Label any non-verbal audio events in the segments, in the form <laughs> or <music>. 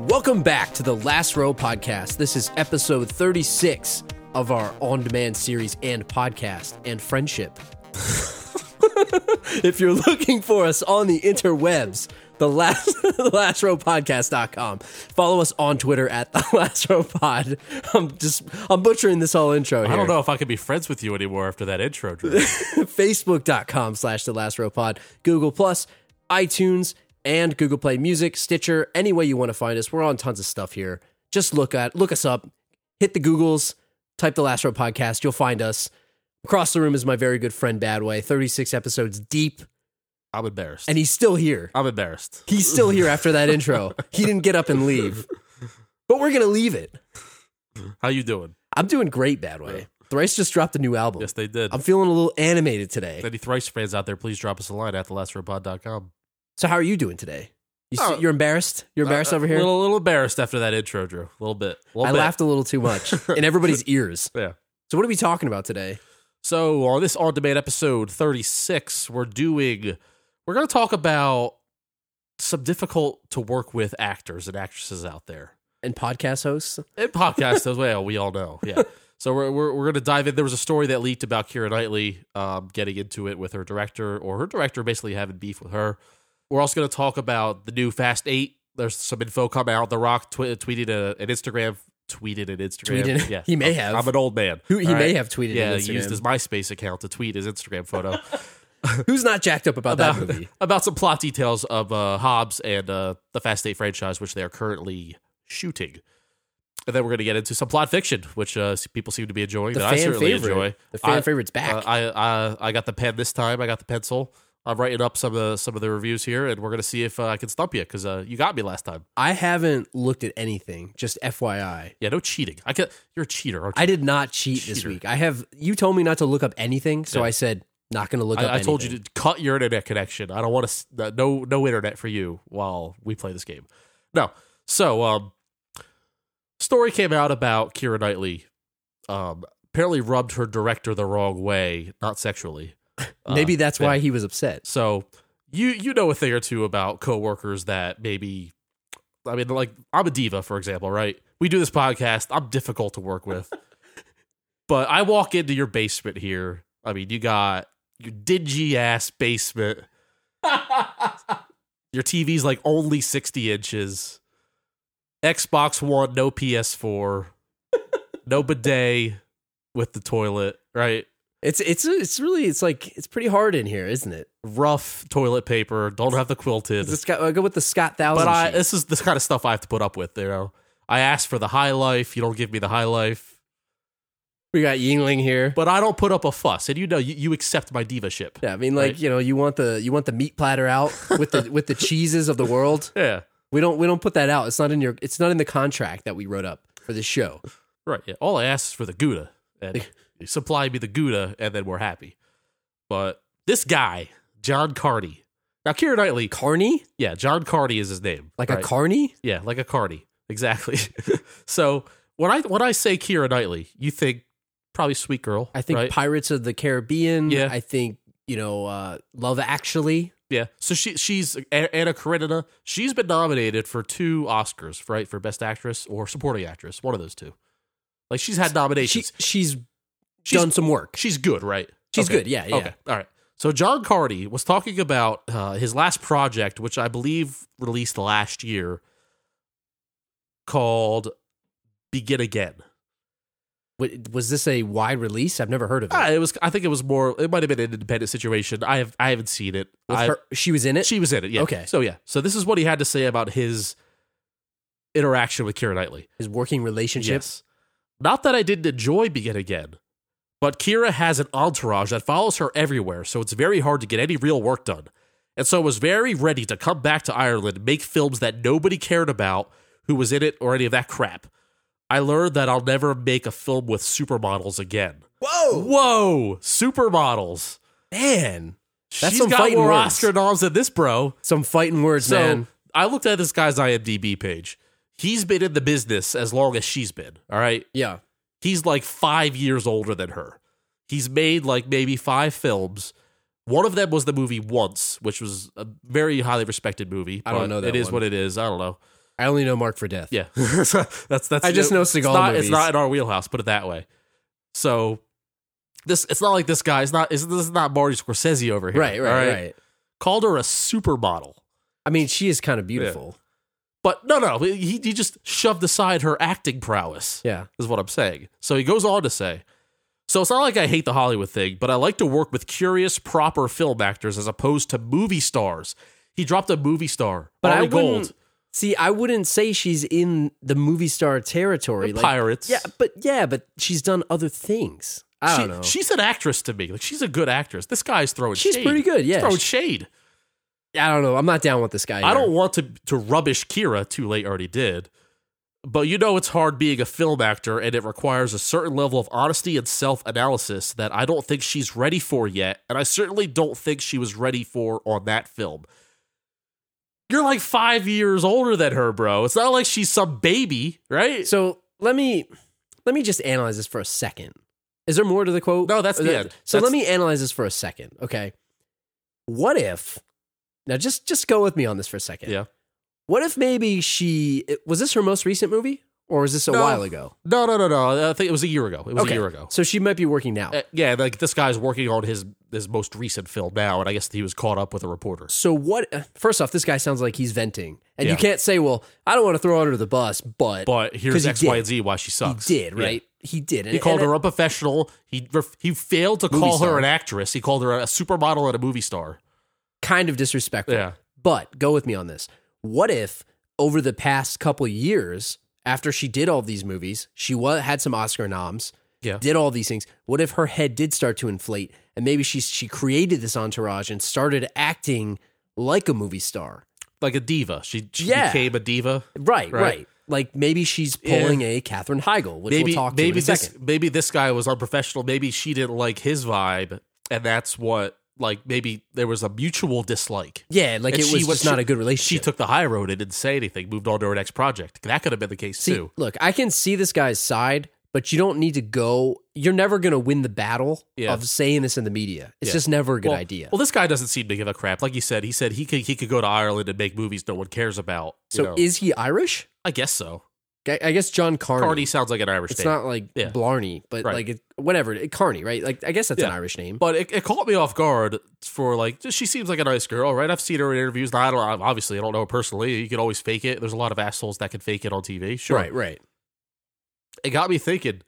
Welcome back to the Last Row Podcast. This is episode 36 of our on demand series and podcast and friendship. <laughs> if you're looking for us on the interwebs, the last <laughs> the last row podcast.com. Follow us on Twitter at the <laughs> last row pod. I'm just I'm butchering this whole intro here. I don't know if I could be friends with you anymore after that intro, Drew. facebook.com slash the last row pod google plus itunes and google play music stitcher any way you want to find us we're on tons of stuff here just look at look us up hit the googles type the last row podcast you'll find us across the room is my very good friend badway 36 episodes deep <laughs> I'm embarrassed. and he's still here I'm embarrassed. he's still here after that intro he didn't get up and leave but we're gonna leave it How you doing? i'm doing great badway thrice just dropped a new album Yes, they did. i'm feeling a little animated today Any thrice fans out there, please drop us a line at thelastrobot.com. So how are you doing today? You, Oh. uh, are embarrassed. You're embarrassed over here. A little, little embarrassed after that intro, Drew. A little bit. A little I bit. laughed a little too <laughs> much in everybody's ears. Yeah. So what are we talking about today? So on this on demand episode 36, we're doing we're gonna talk about some difficult to work with actors and actresses out there. And podcast hosts. And podcasts as well, we all know. Yeah. So we're, we're, we're going to dive in. There was a story that leaked about Kira Knightley um, getting into it with her director, or her director basically having beef with her. We're also going to talk about the new Fast Eight. There's some info coming out. The Rock tw- tweeted a, an Instagram, tweeted an Instagram. Tweeted- Yeah, he may I'm- have. I'm an old man. Who he All may right? have tweeted. Yeah, on he used Instagram. his MySpace account to tweet his Instagram photo <laughs> Who's not jacked up about, that about, movie? <laughs> about some plot details of uh, Hobbs and uh, the Fast Eight franchise, which they are currently shooting. And then we're going to get into some plot fiction, which uh, s- people seem to be enjoying. The that fan I certainly favorite. enjoy. The fan I- favorite's back. Uh, I, I I got the pen this time. I got the pencil. I'm writing up some of the, some of the reviews here, and we're going to see if uh, I can stump you because uh, you got me last time. I haven't looked at anything. Just FYI, Yeah, no cheating. I can, You're a cheater. Aren't you? I did not cheat this Cheater. week. I have. You told me not to look up anything, so Yeah. I said not going to look up. I, I told you anything. to cut your internet connection. I don't want to no no internet for you while we play this game. No. So, um, story came out about Kira Knightley. Um, apparently rubbed her director the wrong way, not sexually. <laughs> Uh, Maybe that's yeah. why he was <laughs> upset. So you you know a thing or two about coworkers that maybe I mean like I'm a diva for example, right? We do this podcast. I'm difficult to work with. but I walk into your basement here. I mean, you got your dingy ass basement. your TV's like only 60 inches. Xbox One, no PS4. No bidet with the toilet, right? It's it's it's really it's like it's pretty hard in here, isn't it? rough toilet paper. Don't have the quilted. It's got, I go with the Scott Thousand. But I, sheet. this is this kind of stuff I have to put up with. You know, I asked for the high life. You don't give me the high life. we got Yingling here. But I don't put up a fuss, and you know, you, you accept my diva ship. Yeah, I mean, like Right? you know, you want the you want the meat platter out with the <laughs> with the cheeses of the world. Yeah. We don't we don't put that out. It's not in your it's not in the contract that we wrote up for this show. Right. Yeah. All I asked is for the Gouda, and you supply me the Gouda, and then we're happy. But this guy, John Carney. Now, Kira Knightley. Carney, Yeah, John Carney is his name. like a right? carney. Yeah, like a Carney. Exactly. <laughs> so when I when I say Kira Knightley, you think probably sweet girl. I think right? Pirates of the Caribbean. Yeah. I think you know uh, Love Actually. Yeah. So she she's A- Anna Karenina. She's been nominated for two Oscars, right, for Best Actress or Supporting Actress, one of those two. Like she's had She nominations. she's, She's- done some work. she's good, right? She's Okay. good. Yeah, yeah. Okay. All right. So John Cardi was talking about uh, his last project, which I believe released last year, called "Begin Again." Wa- Was this a wide release? I've never heard of it. Ah, it was. I think it was more. It might have been an independent situation. I have. I haven't seen it. With I- her, she was in it. She was in it. Yeah. Okay. So yeah. So this is what he had to say about his interaction with Kira Knightley. His working relationship. Yes. Not that I didn't enjoy Begin Again, but Kira has an entourage that follows her everywhere, so it's very hard to get any real work done. And so I was very ready to come back to Ireland and make films that nobody cared about who was in it or any of that crap. I learned that I'll never make a film with supermodels again. Whoa, Whoa, supermodels. man, That's She's some got fighting more words. Oscar noms than this, bro. some fighting words, So man. I looked at this guy's IMDb page. He's been in the business as long as she's been. All right. Yeah, He's like five years older than her. He's made like maybe five films. One of them was the movie Once, which was a very highly respected movie. I don't but know that It is one. what it is. I don't know. I only know Mark for Death. <laughs> Yeah, So that's that's. I just know it's Seagal not, movies. it's not in our wheelhouse. Put it that way. So this it's not like this guy. It's not. It's, this is not Marty Scorsese over here. right, right, all right, Called her a supermodel, I mean, she is kind of beautiful. but no, no. He he just shoved aside her acting prowess. Yeah. is what I'm saying. So he goes on to say, so it's not like I hate the Hollywood thing, but I like to work with curious, proper film actors as opposed to movie stars. He dropped a movie star, But Ari I wouldn't Gold, see. I wouldn't say she's in the movie star territory. Like, Pirates. yeah, but yeah, but she's done other things. I She- don't know. She's an actress to me. Like she's a good actress. This guy's throwing. She's shade. pretty good, He's yeah. throwing shade. I don't know. I'm not down with this guy. I here. don't want to to rubbish Kira too late. Already did, but you know it's hard being a film actor, and it requires a certain level of honesty and self analysis that I don't think she's ready for yet, and I certainly don't think she was ready for on that film. You're like five years older than her, bro. It's not like she's some baby, right? So let me let me just analyze this for a second. Is there more to the quote? No, that's Or the that- end. So That's- let me analyze this for a second. Okay. What if now just just go with me on this for a second. Yeah. What if maybe she was this her most recent movie? Or was this a No. while ago? no, no, no, no. I think it was a year ago. It was Okay. a year ago. So she might be working now. Uh, yeah, like this guy's working on his his most recent film now, and I guess he was caught up with a reporter. so what first off, this guy sounds like he's venting. And you Yeah. can't say, well, I don't want to throw her under the bus, but, But 'Cause here's he X, Y, did. and Z why she he sucks. did, Yeah. right? He did. And, He called and- her a professional. He ref- he failed to Movie call star. her an actress. He called her a supermodel and a movie star. kind of disrespectful. Yeah. But go with me on this. What if over the past couple years, after she did all these movies, she wa- had some Oscar noms, Yeah. did all these things. What if her head did start to inflate, and maybe she she created this entourage and started acting like a movie star? Like a diva. She, she Yeah. became a diva. Right, right. Right. Like maybe she's pulling a Katherine Heigl, which Maybe we'll talk to maybe in a this second. maybe this guy was unprofessional. Maybe she didn't like his vibe, and that's what like maybe there was a mutual dislike. Yeah, like And it she was was- just not she- a good She relationship. took the high road and didn't say anything. Moved on to her next project. That could have been the case See, too. look, I can see this guy's side, but you don't need to go. You're never going to win the battle Yeah. of saying this in the media. It's Yeah. just never a good well, idea. Well, this guy doesn't seem to give a crap. Like you said, he said he could he could go to Ireland and make movies no one cares about. you so know. is he Irish? I guess so. I I guess John Carney. Carney sounds like an Irish it's name. not like Yeah. Blarney, but Right. like it, whatever it, Carney, right? Like I guess that's an Yeah. Irish name. But it, it caught me off guard for like she seems like a nice girl, right? I've seen her in interviews. I don't obviously I don't know her personally. You can always fake it. There's a lot of assholes that can fake it on TV. Sure, Right, right. It got me thinking.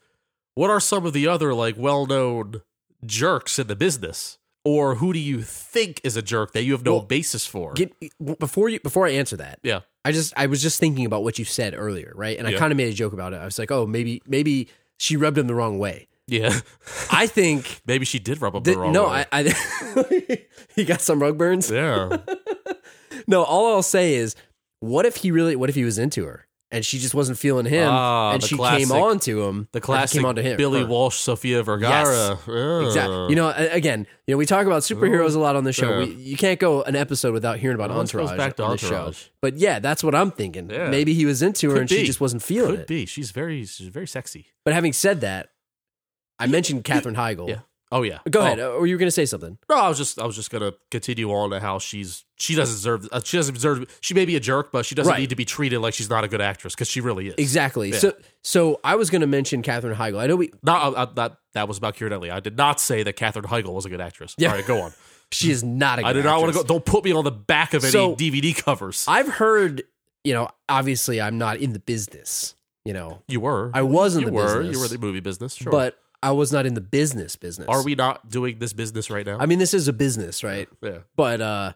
What are some of the other like well-known jerks in the business, or who do you think is a jerk that you have no Well, basis for? Get, before you before I answer that, yeah, I just I was just thinking about what you said earlier, right? And I Yeah. kind of made a joke about it. I was like, oh, maybe maybe she rubbed him the wrong way. yeah. <laughs> I think Maybe she did rub up that, the wrong no, way. I, I <laughs> he got some rug burns. <laughs> yeah, No, all I'll say is, what if he really? What if he was into her and she just wasn't feeling him, Ah, and the she classic- came on to him? the or he classic came on to him. Billy her. Walsh, Sofia Vergara. Yeah. Exactly. You know, a- again, you know, we talk about superheroes a lot on the show. Yeah. We, you can't go an episode without hearing about Well, this goes Entourage back to on the show. Entourage. But yeah, that's what I'm thinking. Yeah. Maybe he was into her Could and be. she just wasn't feeling could it. be. She's very she's very sexy. But having said that, I mentioned Katherine Heigl. Yeah. Oh yeah. Go Oh, ahead, or you were going to say something? No, I was just I was just gonna continue on to how she's she doesn't deserve uh, she doesn't deserve she may be a jerk, but she doesn't Right. need to be treated like she's not a good actress because she really is. Exactly. Yeah. So, so I was going to mention Katherine Heigl. I know we No, I, I, uh, that that was about Keira Knightley. I did not say that Katherine Heigl was a good actress. Yeah. All <laughs> right, go on. she is not a. I do good not want actress. to go. Don't put me on the back of any So- DVD covers. I've heard, you know, obviously I'm not in the business, you know. you were. I was in you the were. business. You were in the movie business. Sure. But I was not in the business business. are we not doing this business right now? I mean, this is a business, right? yeah. But uh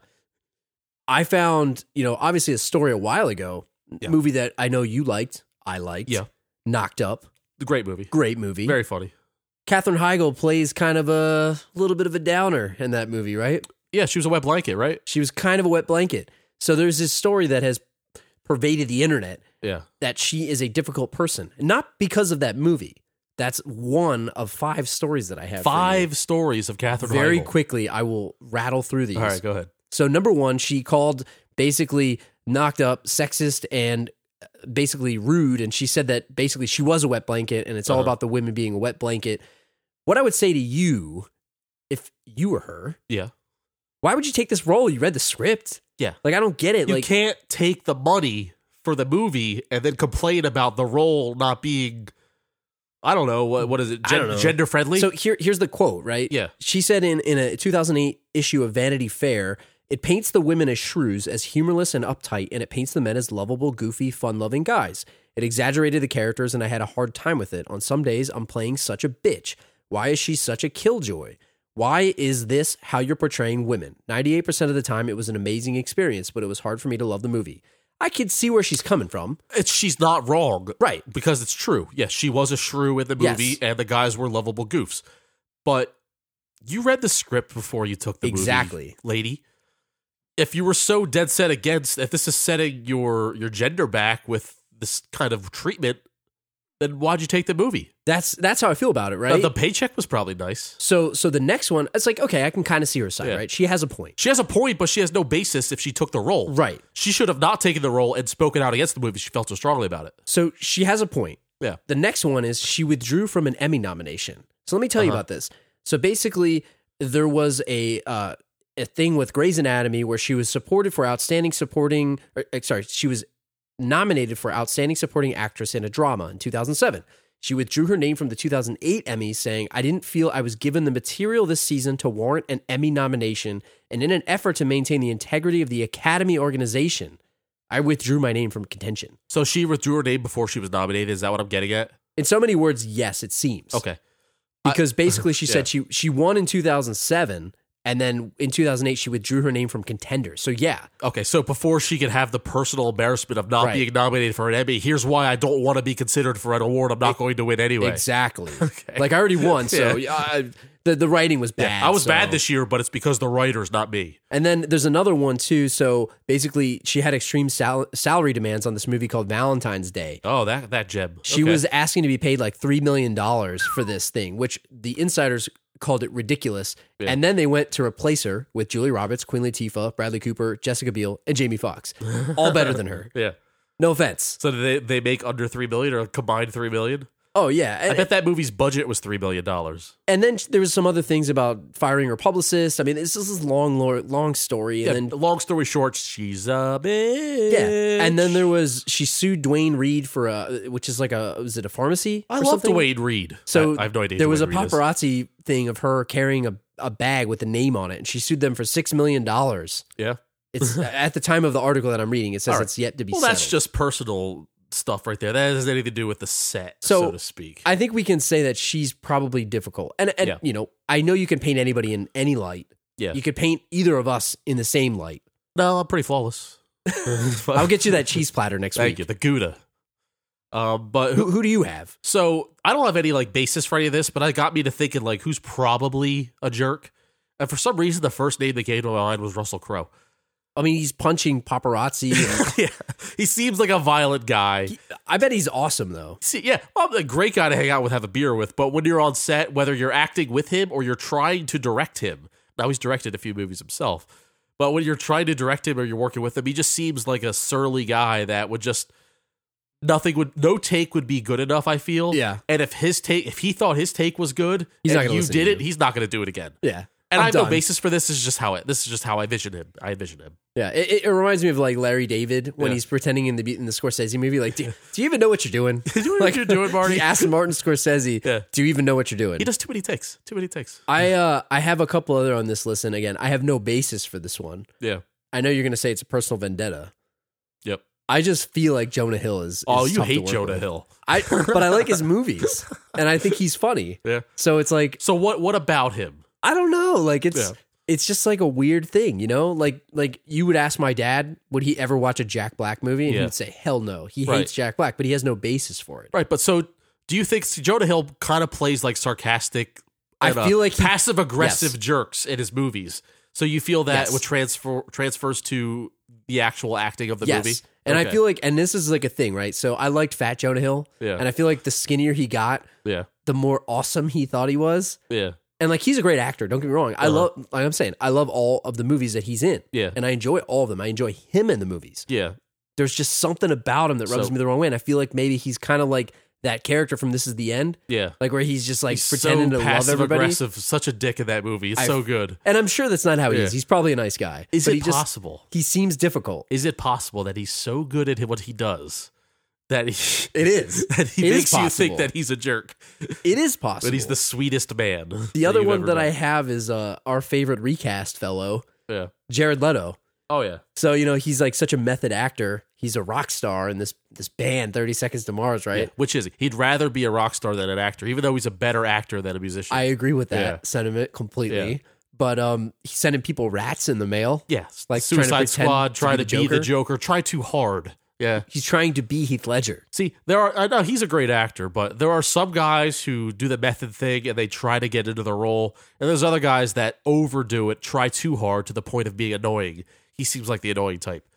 I found, you know, obviously a story a while ago, Yeah. movie that I know you liked, I liked. Yeah. Knocked Up, Great movie. great movie. Very funny. Katherine Heigl plays kind of a little bit of a downer in that movie, right? Yeah, she was a wet blanket, right? She was kind of a wet blanket. So there's this story that has pervaded the internet Yeah. that she is a difficult person, not because of that movie. That's one of five stories that I have. for you. Five stories of Katherine Very Heigl. quickly, I will rattle through these. All right, go ahead. So, number one, she called basically knocked up, sexist, and uh, basically rude. And she said that basically she was a wet blanket and it's all Uh-huh. about the women being a wet blanket. What I would say to you, if you were her, Yeah. why would you take this role? You read the script. Yeah. Like, I don't get it. you like, can't take the money for the movie and then complain about the role not being, I don't know, what, what is it, I don't know. gender friendly? So here, here's the quote, right? Yeah. She said in, in a 2008 issue of Vanity Fair, it paints the women as shrews, as humorless and uptight, and it paints the men as lovable, goofy, fun loving guys. It exaggerated the characters, and I had a hard time with it. On some days, I'm playing such a bitch. Why is she such a killjoy? Why is this how you're portraying women? 98% of the time, it was an amazing experience, but it was hard for me to love the movie. I could see where she's coming from. it's, she's not wrong. Right. Because it's true. Yes, she was a shrew in the Yes. movie and the guys were lovable goofs. But you read the script before you took the movie, Exactly. lady. If you were so dead set against if this is setting your your gender back with this kind of treatment, then why'd you take the movie? That's that's how I feel about it, Now, right? the paycheck was probably nice. so so the next one, it's like, okay, I can kind of see her side, Yeah. right? She has a point. She has a point, but she has no basis if she took the role. Right. She should have not taken the role and spoken out against the movie. She felt so strongly about it. So she has a point. Yeah. The next one is she withdrew from an Emmy nomination. So let me tell you Uh-huh. about this. So basically, there was a uh, a thing with Grey's Anatomy where she was supported for outstanding supporting. Or, uh, sorry, she was nominated for outstanding supporting actress in a drama in 2007. She withdrew her name from the 2008 Emmys, saying, "I didn't feel I was given the material this season to warrant an Emmy nomination, and in an effort to maintain the integrity of the Academy organization, I withdrew my name from contention." So she withdrew her name before she was nominated. Is that what I'm getting at? In so many words, yes, it seems. Okay. Because <laughs> basically she Yeah. said she she won in 2007 and then in 2008 she withdrew her name from contenders. So yeah. Okay, so before she could have the personal embarrassment of not Right. being nominated for an Emmy, here's why I don't want to be considered for an award I'm not going to win anyway. <laughs> Exactly. Like I already won, so Yeah. I, the the writing was bad. I was so- bad this year, but it's because the writers, not me. And then there's another one too. So basically, she had extreme sal- salary demands on this movie called Valentine's Day. Oh, that that gem. She Okay. was asking to be paid like three million dollars for this thing, which the insiders called it ridiculous. Yeah. And then they went to replace her with Julie Roberts, Queen Latifah, Bradley Cooper, Jessica Biel, and Jamie Foxx, <laughs> all better than her. yeah. No offense. So did they they make under three million or combined three million. Oh yeah, I and, bet that movie's budget was three million dollars. and then there was some other things about firing her publicist. I mean, this is this long, lo- long story, Yeah. and then. long story short, she's a bitch. Yeah, and then there was she sued Dwayne Reed for a, which is like a was it a pharmacy? I or love something? Dwayne Reed. So I, I have no idea. who There was a Dwayne Reed is. paparazzi thing of her carrying a, a bag with a name on it, and she sued them for six million dollars. Yeah. <laughs> It's at the time of the article that I'm reading. It says All right. it's yet to be. Well, settled. that's just personal stuff right there. That has anything to do with the set, so, So, to speak. I think we can say that she's probably difficult, and and Yeah. you know I know you can paint anybody in any light. Yeah. you could paint either of us in the same light. no, I'm pretty <laughs> flawless. <laughs> I'll get you that cheese platter next Thank week. you, the Gouda. Um, but who, Who who do you have? so I don't have any like basis for any of this, but I got me to thinking like who's probably a jerk, and for some reason the first name that came to my mind was <laughs> Russell Crowe. <laughs> I mean, he's punching paparazzi. <laughs> and- yeah, he seems like a violent guy. I bet he's awesome though. See, yeah, well, a great guy to hang out with, have a beer with. But when you're on set, whether you're acting with him or you're trying to direct him, now he's directed a few movies himself. But when you're trying to direct him or you're working with him, he just seems like a surly guy that would just nothing would no take would be good enough. I feel. Yeah. And if his take, if he thought his take was good, He's not and gonna you listen to did it, you. he's not going to do it again. Yeah, And I'm I have no done. basis for this. This is just how it. This is just how I envision him. I envision him. Yeah, it, it- it reminds me of like Larry David when Yeah. he's pretending in the in the Scorsese movie. Like, do, do you even know what you're <laughs> doing? do you know what you're doing, Marty? He asked Martin Scorsese, <laughs> Yeah. "Do you even know what you're doing?" He does too many takes. Too many takes. I uh, I have a couple other on this list, and again, I have no basis for this one. Yeah. I know you're going to say it's a personal vendetta. Yep. I just feel like Jonah Hill is. is Oh, you tough to hate work Jonah with. Hill. I, but I like his <laughs> movies, and I think he's funny. Yeah. So it's like So what? What about him? I don't know. Like it's Yeah. it's just like a weird thing, you know? Like like you would ask my dad, would he ever watch a Jack Black movie? And Yeah. he'd say, Hell no. He Right. hates Jack Black, but he has no basis for it. Right, but so do you think Jonah Hill kind of plays like sarcastic? I and, uh, feel like he- passive aggressive Yes. jerks in his movies. So you feel that Yes. would transfer transfers to the actual acting of the yes. movie. And I Okay. feel like and this is like a thing, right? So I liked Fat Jonah Hill. Yeah. And I feel like the skinnier he got, yeah, the more awesome he thought he was. yeah, And like he's a great actor, don't get me wrong. I Uh-huh. love like I'm saying, I love all of the movies that he's in. Yeah. And I enjoy all of them. I enjoy him in the movies. yeah. There's just something about him that rubs So- me the wrong way. And I feel like maybe he's kind of like that character from This Is the End, Yeah. like where he's just like He's pretending so to love passive everybody. aggressive, such a dick in that movie. He's I- so good. And I'm sure that's not how he Yeah. is. He's probably a nice guy. Is but it he just possible? he seems difficult. Is it possible that he's so good at what he does that he, It is. <laughs> that he It is makes you possible. think that he's a jerk, It is possible. but he's the sweetest man? the other you've one ever that I met. have is uh, our favorite recast fellow, yeah. Jared Leto. Oh yeah. So you know he's like such a method actor. He's a rock star in this this band, Thirty Seconds to Mars, right? Yeah, Which is he'd rather be a rock star than an actor, even though he's a better actor than a musician. I agree with that Yeah. sentiment completely. Yeah. But um, he's sending people rats in the mail. yeah, like, like trying to Suicide pretend Squad, to try be to the be the Joker, try too hard. Yeah. He's trying to be Heath Ledger. See, there are. I know he's a great actor, but there are some guys who do the method thing and they try to get into the role, and there's other guys that overdo it, try too hard to the point of being annoying. He seems like the annoying type.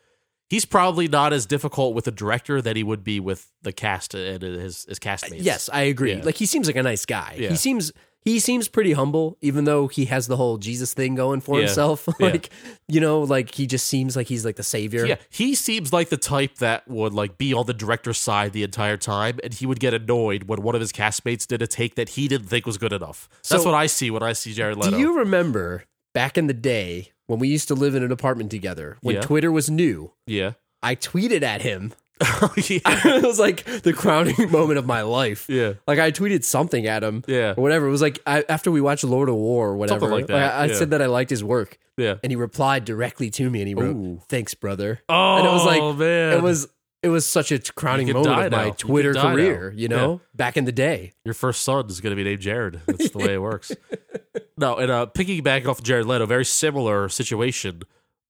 He's probably not as difficult with the director that he would be with the cast and his his castmates. Uh, Yes, I agree. Yeah. Like he seems like a nice guy. Yeah. He seems he seems pretty humble, even though he has the whole Jesus thing going for Yeah. himself. <laughs> Yeah. like you know, like he just seems like he's like the savior. Yeah, he seems like the type that would like be on the director's side the entire time, and he would get annoyed when one of his castmates did a take that he didn't think was good enough. So- That's what I see when I see Jared Leto. Do you remember back in the day when we used to live in an apartment together when Yeah. Twitter was new? <laughs> yeah. <laughs> I tweeted at him. <laughs> Oh, yeah. it was like the crowning <laughs> moment of my life. Yeah. Like I tweeted something at him. Yeah. Or whatever. It was like I, after we watched Lord of War or whatever. Something like that, I, I yeah. said that I liked his work, Yeah. and he replied directly to me, and he wrote, Ooh. "Thanks, brother." Oh, and it was like man. it was it was such a crowning You could moment die of my now. You could Twitter die now. career. You know, back in the day. your first son is going to be named Jared. That's the way it <laughs> works. No, and uh, picking back off Jared Leto, very similar situation.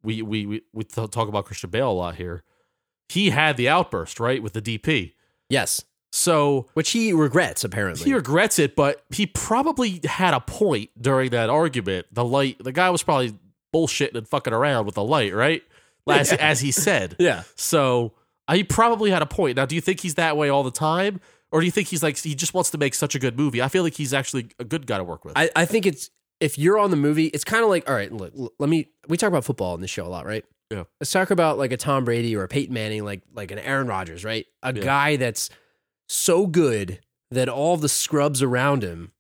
We we we, we th- talk about Christian Bale a lot here. He had the outburst right with the DP, Yes, so which he regrets apparently. He regrets it, but he probably had a point during that argument. The light, the guy was probably bullshitting and fucking around with the light, right? As, as he said. yeah. So uh, he probably had a point. Now, do you think he's that way all the time? Or do you think he's like, he just wants to make such a good movie? I feel like he's actually a good guy to work with. <laughs> I, <laughs> I think it's if you're on the movie, it's kind of like all right. Look, l- let me. We talk about football on this show a lot, right? Yeah. Let's talk about like a Tom Brady or a Peyton Manning, like like an Aaron Rodgers, right? A Yeah. guy that's so good that all the scrubs around him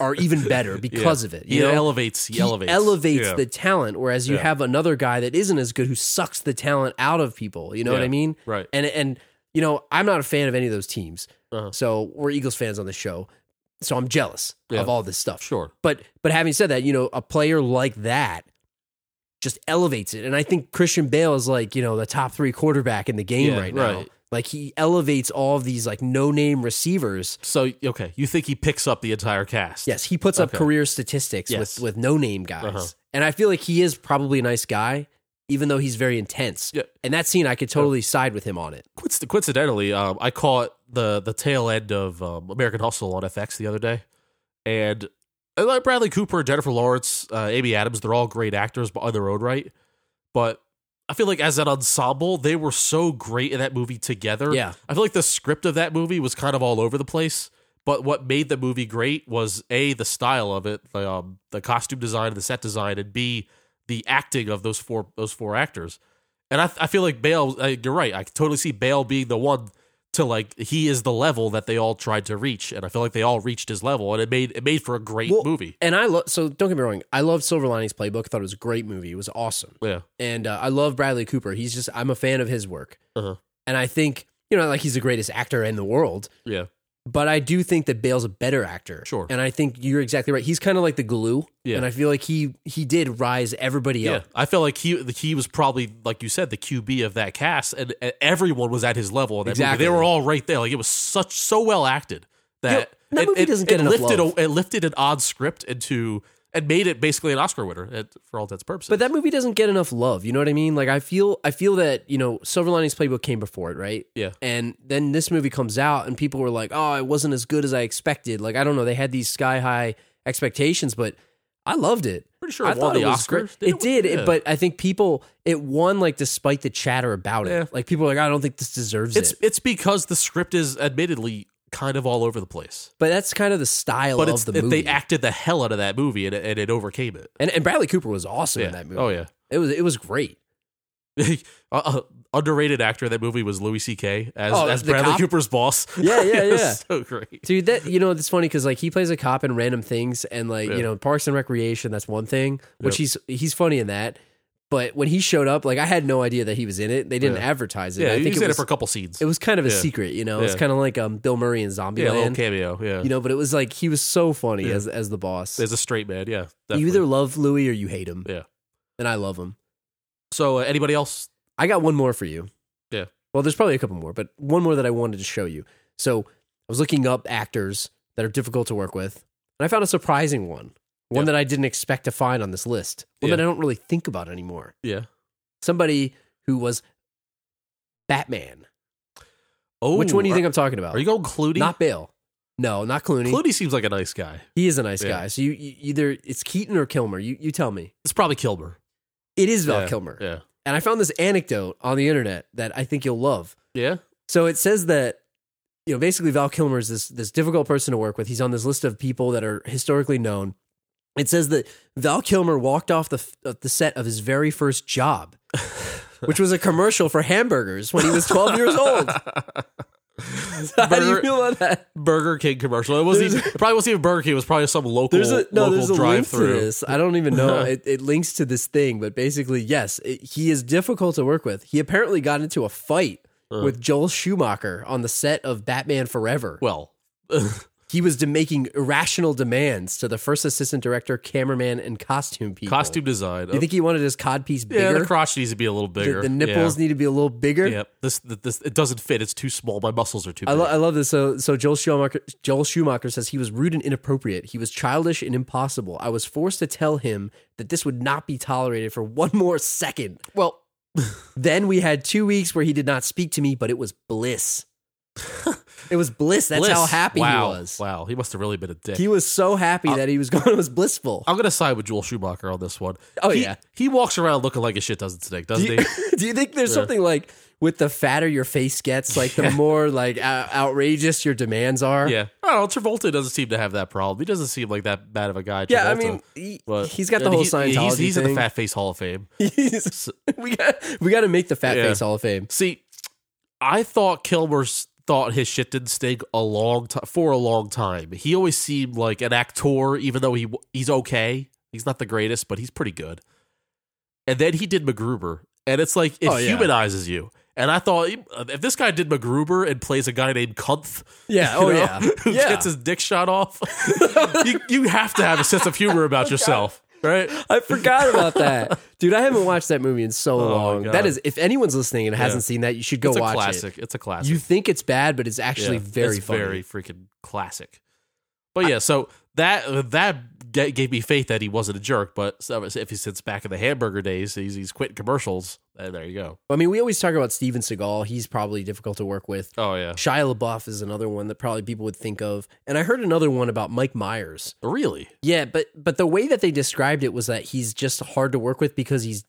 are even <laughs> better because of it. he You know? elevates, he, He elevates. Yeah. the talent, whereas you Yeah. have another guy that isn't as good who sucks the talent out of people. You know what Yeah. I mean? Right. And and you know, I'm not a fan of any of those teams. Uh-huh. So we're Eagles fans on the show. So I'm jealous Yeah. of all this stuff. Sure. But but having said that, you know, a player like that just elevates it. And I think Christian Bale is like, you know, the top three quarterback in the game Yeah, right now. right. Like he elevates all of these like no name receivers. So, okay. You think he picks up the entire cast? Yes, he puts up Okay. career statistics Yes. with with no name guys. Uh-huh. And I feel like he is probably a nice guy, even though he's very intense. Yeah. And that scene I could totally side with him on it. Coinc- coincidentally, um, I caught the the tail end of um, American Hustle on FX the other day, and and like Bradley Cooper, Jennifer Lawrence, uh, Amy Adams, they're all great actors but on their own right. But I feel like as an ensemble, they were so great in that movie together. Yeah. I feel like the script of that movie was kind of all over the place. But what made the movie great was a the style of it, the um, the costume design, the set design, and b the acting of those four those four actors. And I, I feel like Bale, uh, you're right. I could totally see Bale being the one to like he is the level that they all tried to reach, and I feel like they all reached his level, and it made it made for a great Well, movie. And I love so don't get me wrong, I loved Silver Linings Playbook. I thought it was a great movie. It was awesome. Yeah, And uh, I love Bradley Cooper. He's just I'm a fan of his work. Uh-huh. And I think, you know, like he's the greatest actor in the world. yeah, But I do think that Bale's a better actor. Sure. And I think you're exactly right. He's kind of like the glue. Yeah. And I feel like he he did rise everybody yeah. up. I feel like he he was probably like you said the QB of that cast, and, and everyone was at his level. In that movie. Exactly. They were all right there. Like it was such so well acted that Yeah, that movie doesn't get it enough lifted love. A, it lifted an odd script into and made it basically an Oscar winner at, for all intents and purposes. But that movie doesn't get enough love. You know what I mean? Like I feel I feel that, you know, Silver Linings Playbook came before it, right? Yeah. And then this movie comes out and people were like, "Oh, it wasn't as good as I expected." Like I don't know, they had these sky-high expectations, but I loved it. Pretty sure I it won thought the was Oscars, great. didn't It it? did, it- Yeah. but I think people it won like despite the chatter about it. Yeah. Like people are like, "I don't think this deserves it's it." it's because the script is admittedly kind of all over the place. But that's kind of the style but of it's the it- movie. they acted the hell out of that movie and it, and it overcame it. and and Bradley Cooper was awesome Yeah. in that movie. Oh yeah. It was it was great. <laughs> uh, uh, underrated actor in that movie was Louis C.K. as, Oh, as the Bradley cop? Cooper's boss. <laughs> Yeah, <laughs> yeah, It was yeah. so great. Dude, that you know, it's funny because like he plays a cop in random things, and like Yeah. you know, Parks and Recreation, that's one thing, which Yep. he's he's funny in that. But when he showed up, like I had no idea that he was in it. They didn't Yeah. advertise it. Yeah, I he think was it in it was for a couple scenes. it was kind of a Yeah. secret, you know. It's Yeah. kind of like um Bill Murray in Zombie yeah, a little Land, cameo. Yeah, you know. But it was like he was so funny Yeah. as as the boss. as a straight man. Yeah, you definitely. either love Louis or you hate him. Yeah. and I love him. So uh, anybody else? I got one more for you. Yeah. Well, there's probably a couple more, but one more that I wanted to show you. So I was looking up actors that are difficult to work with, and I found a surprising one. One Yeah. that I didn't expect to find on this list. One Yeah. that I don't really think about anymore. Yeah. Somebody who was Batman. Oh, Which one do you are- think I'm talking about? Are you going Clooney? not Bale. No, not Clooney. Clooney seems like a nice guy. He is a nice Yeah. guy. So you, you either it's Keaton or Kilmer. You you tell me. It's probably Kilmer. It is Val Yeah. Kilmer. Yeah. And I found this anecdote on the internet that I think you'll love. Yeah. So it says that you know basically Val Kilmer is this this difficult person to work with. He's on this list of people that are historically known. It says that Val Kilmer walked off the f- uh, the set of his very first <laughs> job, which was a commercial for hamburgers when he was 12 years <laughs> old. How do you Burger- feel about that? Burger King commercial. It wasn't. There's- Even, it probably wasn't even Burger King. It was probably some local There's a no. There's a local link to drive-through. this. I don't even <laughs> know. it, it links to this thing, but basically, yes, it, he is difficult to work with. He apparently got into a fight with Joel Schumacher on the set of Batman Forever. Well, he was de- making irrational demands to the first assistant director, cameraman, and costume people. costume design. You think he wanted his codpiece yeah, bigger? the crotch needs to be a little The- bigger. the nipples need to be a little bigger. Yeah. Yep. This, th- this it doesn't fit. It's too small. My muscles are too I, big. lo- I love this. So, so Joel Schumacher, Joel Schumacher says he was rude and inappropriate. He was childish and impossible. I was forced to tell him that this would not be tolerated for one more second. well, Then we had two weeks where he did not speak to me, but it was <laughs> bliss. it was bliss. That's how Bliss. happy wow. he was. Wow, Uh, he must have really been a dick. He was so happy that he was <laughs> going. It was blissful. I'm gonna side with Joel Schumacher on this one. Oh, He- yeah. he walks around looking like his shit doesn't stink, doesn't do he? you, <laughs> do you think there's something like with the fatter your face gets, like the more like ou- outrageous your demands are? <laughs> Yeah, I don't know. Travolta doesn't seem to have that problem. He doesn't seem like that bad of a guy. Yeah, I Travolta. mean, he, But- has got the and whole he- Scientology He's, he's in the thing. Fat Face Hall of Fame. <laughs> He's- we got we got to make the Fat Yeah. Face Hall of <laughs> Fame. See, I thought Kilmer's thought his shit didn't stink a long time for a long time. He always seemed like an actor, even though he w- he's okay. He's not the greatest, but he's pretty good. And then he did MacGruber, and it's like it Oh, yeah. humanizes you. And I thought uh, if this guy did MacGruber and plays a guy named Kunth, <laughs> Yeah, you oh know, yeah, <laughs> who yeah. gets his dick shot off, <laughs> you, you have to have a sense of <laughs> humor about yourself, right? I forgot <laughs> about that, dude. I haven't watched that movie in so Oh, my long. God. That is, if anyone's listening and hasn't seen that, you should go It's a watch classic. It's a it. classic. You think it's bad, but it's actually Yeah, very it's funny. very freaking classic. But yeah, so that that ga- gave me faith that he wasn't a jerk. But so if he's since back in the hamburger days, he's he's quit commercials. And there you go. I mean, we always talk about Steven Seagal. He's probably difficult to work with. Oh yeah, Shia LaBeouf is another one that probably people would think of. And I heard another one about Mike Myers. really? Yeah, but but the way that they described it was that he's just hard to work with because he's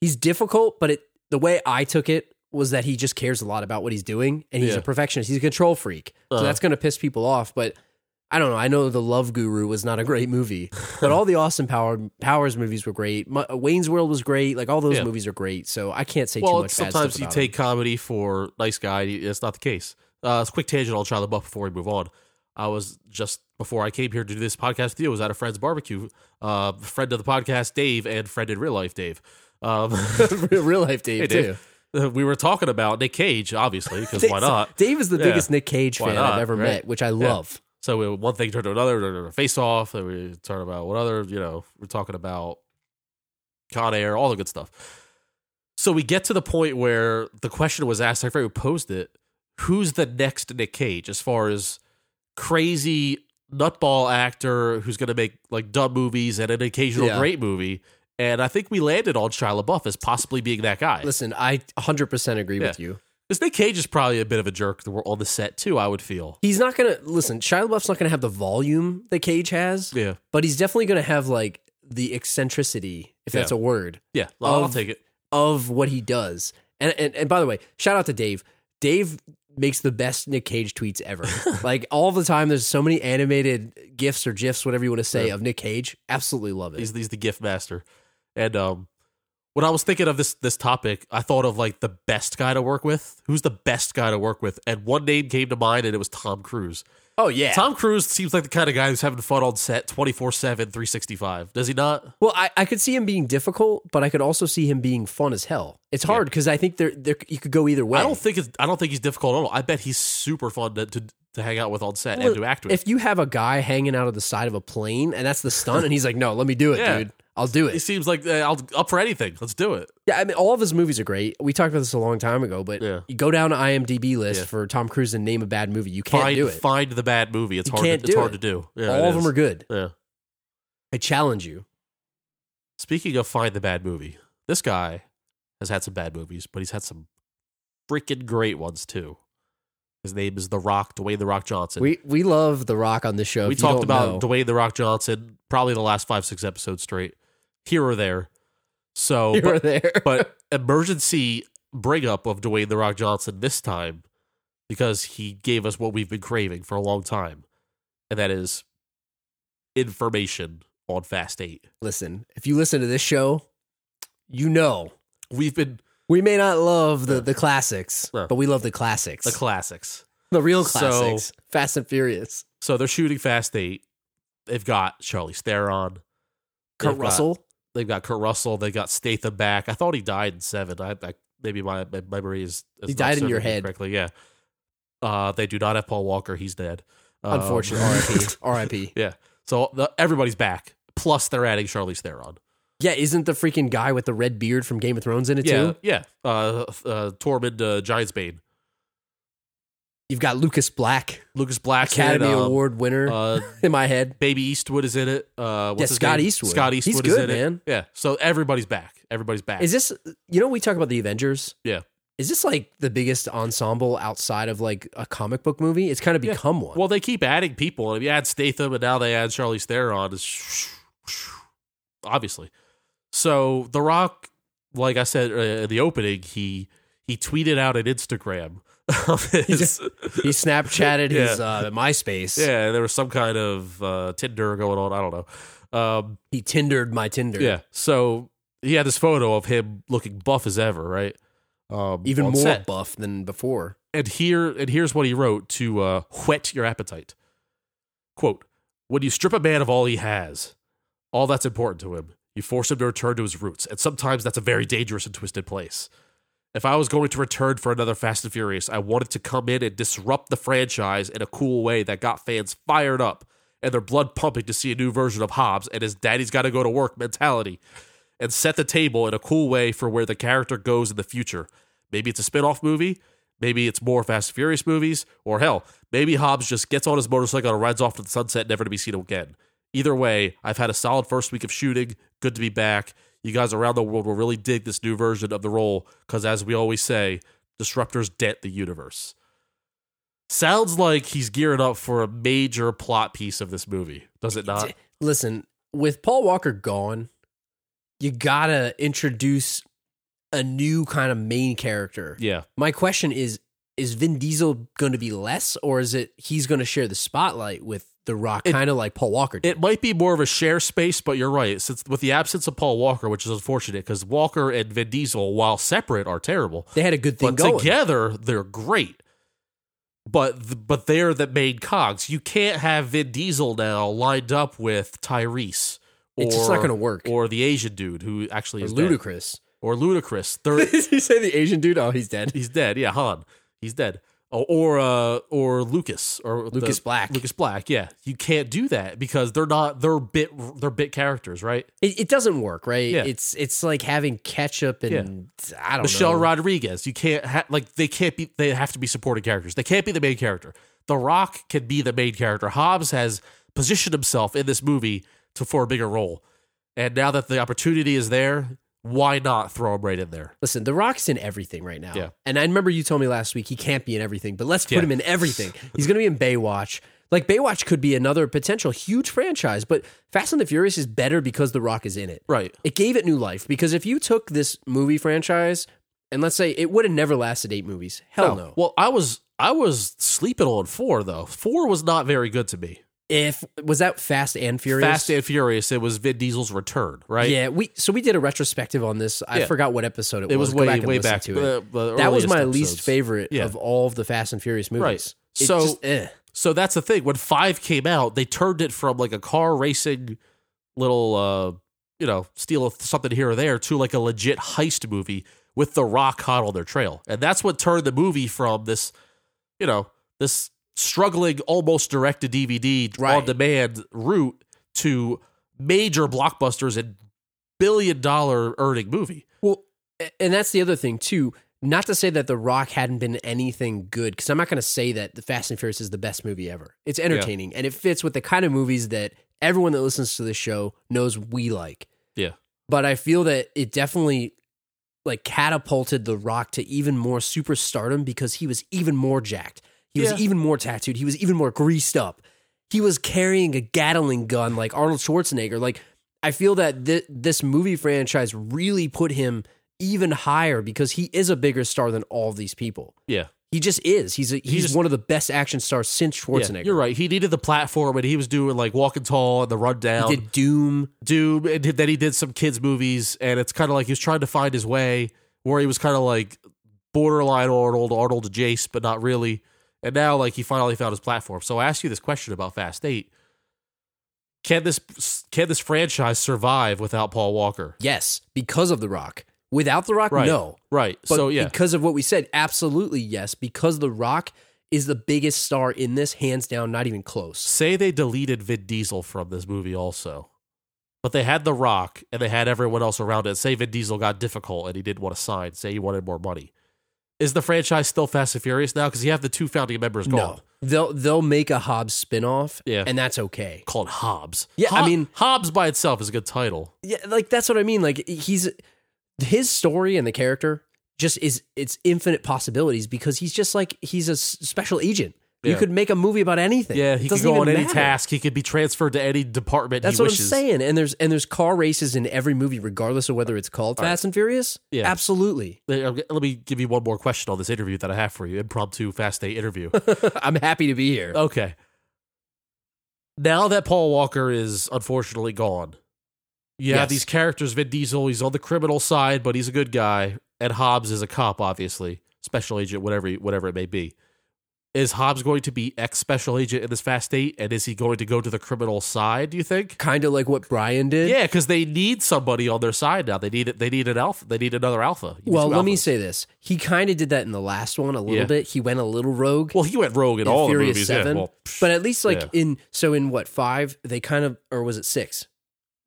he's difficult, but it the way I took it was that he just cares a lot about what he's doing and he's Yeah. a perfectionist. He's a control freak. So Uh-huh. that's going to piss people off, but I don't know. I know The Love Guru was not a great movie, <laughs> but all the Austin Power, Powers movies were great. Mu- uh, Wayne's World was great. Like all those Yeah. movies are great. So I can't say too Well, much. it's bad stuff sometimes you about 'em. take comedy for nice guy. It's not the case. Uh, it's a quick tangent on Shia LaBeouf before we move on. I was just before I came here to do this podcast with you. I was at a friend's barbecue. Uh, friend of the podcast, Dave, and friend in real life, Dave. <laughs> Um, <laughs> <laughs> real life Dave Hey, too. Dave. <laughs> we were talking about Nick Cage, obviously, because why not? Dave is the Yeah. biggest Nick Cage Why fan not, I've ever right? met, which I love. So we, one thing turned to another, turned to face off, and we turned about what other, you know, we're talking about Con Air, all the good stuff. So we get to the point where the question was asked, I forget who posed it, who's the next Nick Cage as far as crazy nutball actor who's going to make like dumb movies and an occasional Yeah. great movie? And I think we landed on Shia LaBeouf as possibly being that guy. Listen, I 100% agree with you. Because Nick Cage is probably a bit of a jerk on the set too, I would feel. He's not going to, listen, Shia LaBeouf's not going to have the volume that Cage has, Yeah. but he's definitely going to have like the eccentricity, if that's Yeah. a word, Yeah. I'll Of- take it. of what he does. And, and, and by the way, shout out to Dave. Dave makes the best Nick Cage tweets <laughs> ever. like all the time, there's so many animated GIFs or GIFs, whatever you want to say, of Nick Cage. Absolutely love it. He's he's the gift master, and um, when I was thinking of this this topic, I thought of like the best guy to work with. Who's the best guy to work with? And one name came to mind, and it was Tom Cruise. Oh yeah. Tom Cruise seems like the kind of guy who's having fun on set 24 7, 365. Does he not? Well, I, I could see him being difficult, but I could also see him being fun as hell. It's hard because I think there there you could go either way. I don't think it's, I don't think he's difficult at all. I bet he's super fun to, to, to hang out with on set Well, and to act with. if you have a guy hanging out of the side of a plane and that's the stunt, and he's like, "No, let me do it, Yeah. dude. I'll do he it." seems like eh, I'll up for anything. Let's do it. Yeah, I mean, all of his movies are great. We talked about this a long time ago, but Yeah. you go down to IMDb list Yeah. for Tom Cruise and name a bad movie. You can't find do it. find the bad movie. It's You hard. To, can't it's do hard it. to do. Yeah, all it of them is. are good. Yeah. I challenge you. Speaking of find the bad movie, this guy has had some bad movies, but he's had some freaking great ones too. His name is The Rock, Dwayne The Rock Johnson. We we love The Rock on this show. We If you talked don't <laughs> about know- Dwayne The Rock Johnson probably the last five six episodes straight, here or there. <laughs> So, you but- were there. <laughs> but emergency bring up of Dwayne the Rock Johnson this time because he gave us what we've been craving for a long time, and that is information on Fast Eight. listen, if you listen to this show, you know We've been we may not love the Yeah. the classics, Yeah. but we love the classics, the the, classics, real So- classics, Fast and Furious. so they're shooting Fast Eight. They've got Charlie Theron. Kurt They've got- Russell. They've got Kurt Russell. They got Statham back. I thought he died in seven. I, I maybe my, my memory is, is He not died in your serving me head. correctly. Yeah. Uh, they do not have Paul Walker. He's dead. Um, <laughs> Unfortunately, <laughs> R.I.P. so the, everybody's back. Plus, they're adding Charlize Theron. Yeah, isn't the freaking guy with the red beard from Game of Thrones in it Yeah, too? yeah. Uh, uh, Tormund uh, Giantsbane, You've got Lucas Black, Lucas Black, Academy um, Award winner, Uh, in my head. Baby Eastwood is in it. Uh, what's Yeah, his Scott name? Eastwood. Scott He's Eastwood is good, in it. man. Yeah. So everybody's back. Everybody's back. Is this you know we talk about the Avengers? Yeah. Is this like the biggest ensemble outside of like a comic book movie? It's kind of Yeah. become one. Well, they keep adding people, and if you add Statham, and now they add Charlize Theron. It's obviously. So The Rock, like I said uh, in the opening, he he tweeted out an Instagram. <laughs> Of his, he Snapchatted <laughs> Yeah. his uh, MySpace. yeah, there was some kind of uh, Tinder going on. I don't know. Um, He Tindered my Tinder. yeah, so he had this photo of him looking buff as ever, right? Um, Even on more set. buff than before. and here and here's what he wrote to uh, whet your appetite. Quote: When you strip a man of all he has, all that's important to him, you force him to return to his roots, and sometimes that's a very dangerous and twisted place. If I was going to return for another Fast and Furious, I wanted to come in and disrupt the franchise in a cool way that got fans fired up and their blood pumping to see a new version of Hobbs and his daddy's got to go to work mentality and set the table in a cool way for where the character goes in the future. Maybe it's a spin off movie, maybe it's more Fast and Furious movies, or hell, maybe Hobbs just gets on his motorcycle and rides off to the sunset, never to be seen again. Either way, I've had a solid first week of shooting. Good to be back. You guys around the world will really dig this new version of the role because, as we always say, disruptors dent the universe. Sounds like he's gearing up for a major plot piece of this movie, does it not? Listen, with Paul Walker gone, you gotta introduce a new kind of main character. Yeah. My question is is Vin Diesel going to be less or is it he's going to share the spotlight with The Rock It- kind of like Paul Walker did? It might be more of a share space, but you're right. Since with the absence of Paul Walker, which is unfortunate, because Walker and Vin Diesel, while separate, are terrible. they had a good thing but going. together, they're great. But th- but they're the main cogs. You can't have Vin Diesel now lined up with Tyrese. Or, it's just not going to work. Or, Or the Asian dude who actually is dead. ludicrous. <laughs> Or ludicrous. They're, Did you say the Asian dude? Oh, he's dead. he's dead. Yeah, Han. He's dead. Or or, uh, or Lucas or the- Lucas Black. Lucas Black, yeah, you can't do that because they're not they're bit they're bit characters, right? It, it doesn't work, right? Yeah. It's it's like having ketchup and I don't Michelle know. Rodriguez, you can't ha- like they can't be they have to be supporting characters. They can't be the main character. The Rock can be the main character. Hobbs has positioned himself in this movie to for a bigger role, and now that the opportunity is there, why not throw him right in there? Listen, The Rock's in everything right now. Yeah. And I remember you told me last week he can't be in everything, but let's put Yeah. him in everything. He's going to be in Baywatch. Like Baywatch could be another potential huge franchise, but Fast and the Furious is better because The Rock is in it. Right. It gave it new life because if you took this movie franchise and let's say it would have never lasted eight movies, hell no. Well, I was I was sleeping on four though. Four was not very good to me. If was that Fast and Furious? Fast and Furious. It was Vin Diesel's return, right? Yeah, we so we did a retrospective on this. I Yeah. forgot what episode it was. it was Go way back and way listen back. to it. the- the that was earliest my episodes. least favorite Yeah. of all of the Fast and Furious movies. Right. It's So- just, eh. So that's the thing. When five came out, they turned it from like a car racing little, uh, you know, steal something here or there to like a legit heist movie with The Rock hot on their trail, and that's what turned the movie from this, you know, this struggling almost direct to DVD Right. on demand route to major blockbusters and billion dollar earning movie. well, a- and that's the other thing too. Not to say that The Rock hadn't been anything good, because I'm not going to say that the Fast and Furious is the best movie ever. It's entertaining and it fits with the kind of movies that everyone that listens to this show knows we like. Yeah. but I feel that it definitely like catapulted The Rock to even more superstardom because he was even more jacked. He Yeah. was even more tattooed. He was even more greased up. He was carrying a Gatling gun like Arnold Schwarzenegger. Like I feel that thi- this movie franchise really put him even higher because he is a bigger star than all these people. Yeah. He just is. He's a, he's just- one of the best action stars since Schwarzenegger. Yeah, you're right. He needed the platform, and he was doing like Walking Tall and The Rundown. He did Doom. Doom, and then he did some kids movies, and it's kind of like he was trying to find his way, where he was kind of like borderline Arnold, Arnold Jace, but not really. And now, like he finally found his platform. So I ask you this question about Fast Eight: Can this can this franchise survive without Paul Walker? Yes, because of The Rock. Without The Rock, Right. no. Right. But so yeah, because of what we said, absolutely yes. Because The Rock is the biggest star in this, hands down, not even close. say they deleted Vin Diesel from this movie also, but they had The Rock and they had everyone else around it. Say Vin Diesel got difficult and he didn't want to sign. Say he wanted more money. Is the franchise still Fast and Furious now? Because you have the two founding members gone. No, they'll they'll make a Hobbs spinoff, Yeah. and that's okay. Called Hobbs. Yeah, I Hob- mean- Hobbs by itself is a good title. Yeah, like that's what I mean. Like he's his story and the character just is it's infinite possibilities because he's just like he's a s- special agent. You Yeah. could make a movie about anything. Yeah, It he could doesn't go on even any matter. task. He could be transferred to any department That's he what wishes. I'm saying. And there's and there's car races in every movie, regardless of whether it's called Fast and Furious. Yeah. <laughs> Absolutely. Let let me give you one more question on this interview that I have for you. Impromptu Fast Day interview. I'm happy to be here. Okay. Now that Paul Walker is unfortunately gone, you have Yes. these characters Vin Diesel, he's on the criminal side, but he's a good guy. And Hobbs is a cop, obviously, special agent, whatever, whatever it may be. Is Hobbs going to be ex special agent in this Fast Eight? And is he going to go to the criminal side, do you think? Kind of like what Brian did. Yeah, because they need somebody on their side now. They need it. They need an alpha. They need another alpha. You need Well, two let me alphas. say this. He kind of did that in the last one a little Yeah. bit. He went a little rogue. Well, he went rogue in, in all Furious the movies. Seven, Yeah, well, but at least like yeah. in so in what five they kind of or was it six?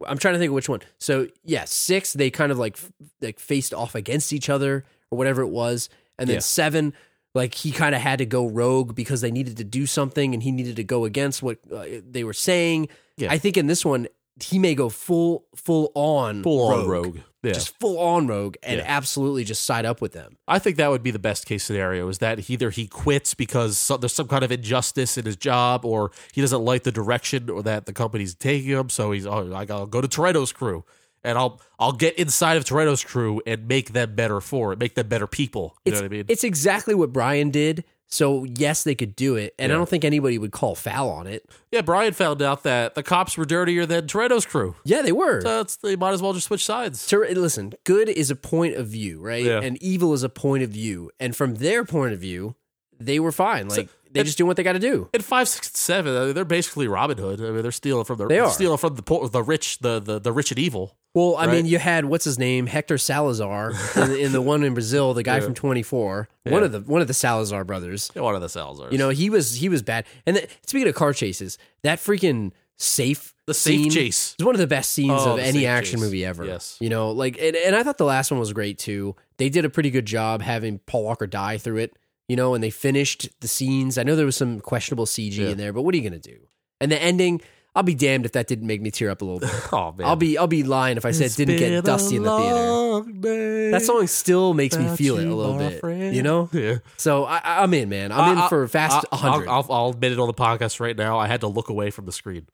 I'm trying to think of which one. So yeah, six they kind of like f- like faced off against each other or whatever it was, and then Yeah. seven like he kind of had to go rogue because they needed to do something and he needed to go against what uh, they were saying. Yeah. I think in this one he may go full full on full on rogue. Yeah. just full on rogue and Yeah. absolutely just side up with them. I think that would be the best case scenario is that either he quits because so- there's some kind of injustice in his job or he doesn't like the direction or that the company's taking him. So he's oh, like, I'll go to Toretto's crew and I'll I'll get inside of Toretto's crew and make them better for it, make them better people. You it's, know what I mean? It's exactly what Brian did. So yes, they could do it, and I Yeah. don't think anybody would call foul on it. Yeah, Brian found out that the cops were dirtier than Toretto's crew. Yeah, they were. So it's, they might as well just switch sides. Ter- listen, good is a point of view, right? Yeah. And evil is a point of view, and from their point of view, they were fine. Like they just do what they got to do. And five, six, and seven, I mean, they're basically Robin Hood. I mean, they're stealing from the They are. stealing from the poor, the rich, the, the the rich and evil. Well, I mean, Right. you had what's his name, Hector <laughs> Salazar, in, in the one in Brazil, the guy from Twenty Four, one Yeah. of the one of the Salazar brothers. They're One of the Salazars. You know, he was he was bad. And th- speaking of car chases, that freaking safe The safe scene chase. is one of the best scenes Oh, of the any safe action chase. movie ever. Yes. you know, like and, and I thought the last one was great too. They did a pretty good job having Paul Walker die through it. You know, and they finished the scenes. I know there was some questionable CG Yeah. in there, but what are you gonna do? And the ending, I'll be damned if that didn't make me tear up a little <laughs> bit. Oh man, I'll be I'll be lying if I said it didn't get dusty in the theater. theater. That song still makes me without feel it you, a little my bit, friend. you know. Yeah. So I, I- I'm in, man. I'm in for fast I- 100. I'll, I'll, I'll admit it on the podcast right now. I had to look away from the screen.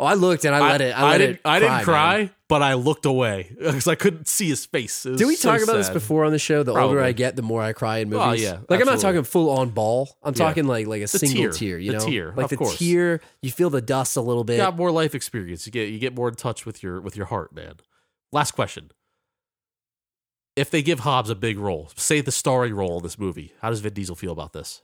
Oh, I looked and I let it. I, let didn't. it I didn't man. cry, but I looked away <laughs> because I couldn't see his face. It was Did we so talk about this sad. before on the show? The older Probably. I get, the more I cry in Oh, movies. yeah, like I'm not absolutely. talking full on ball. I'm Yeah. talking like like a The single tear. tear. you The know, tear, like of the course. tear. You feel the dust a little bit. You got more life experience. You get you get more in touch with your with your heart, man. Last question: If they give Hobbs a big role, say the starring role in this movie, how does Vin Diesel feel about this?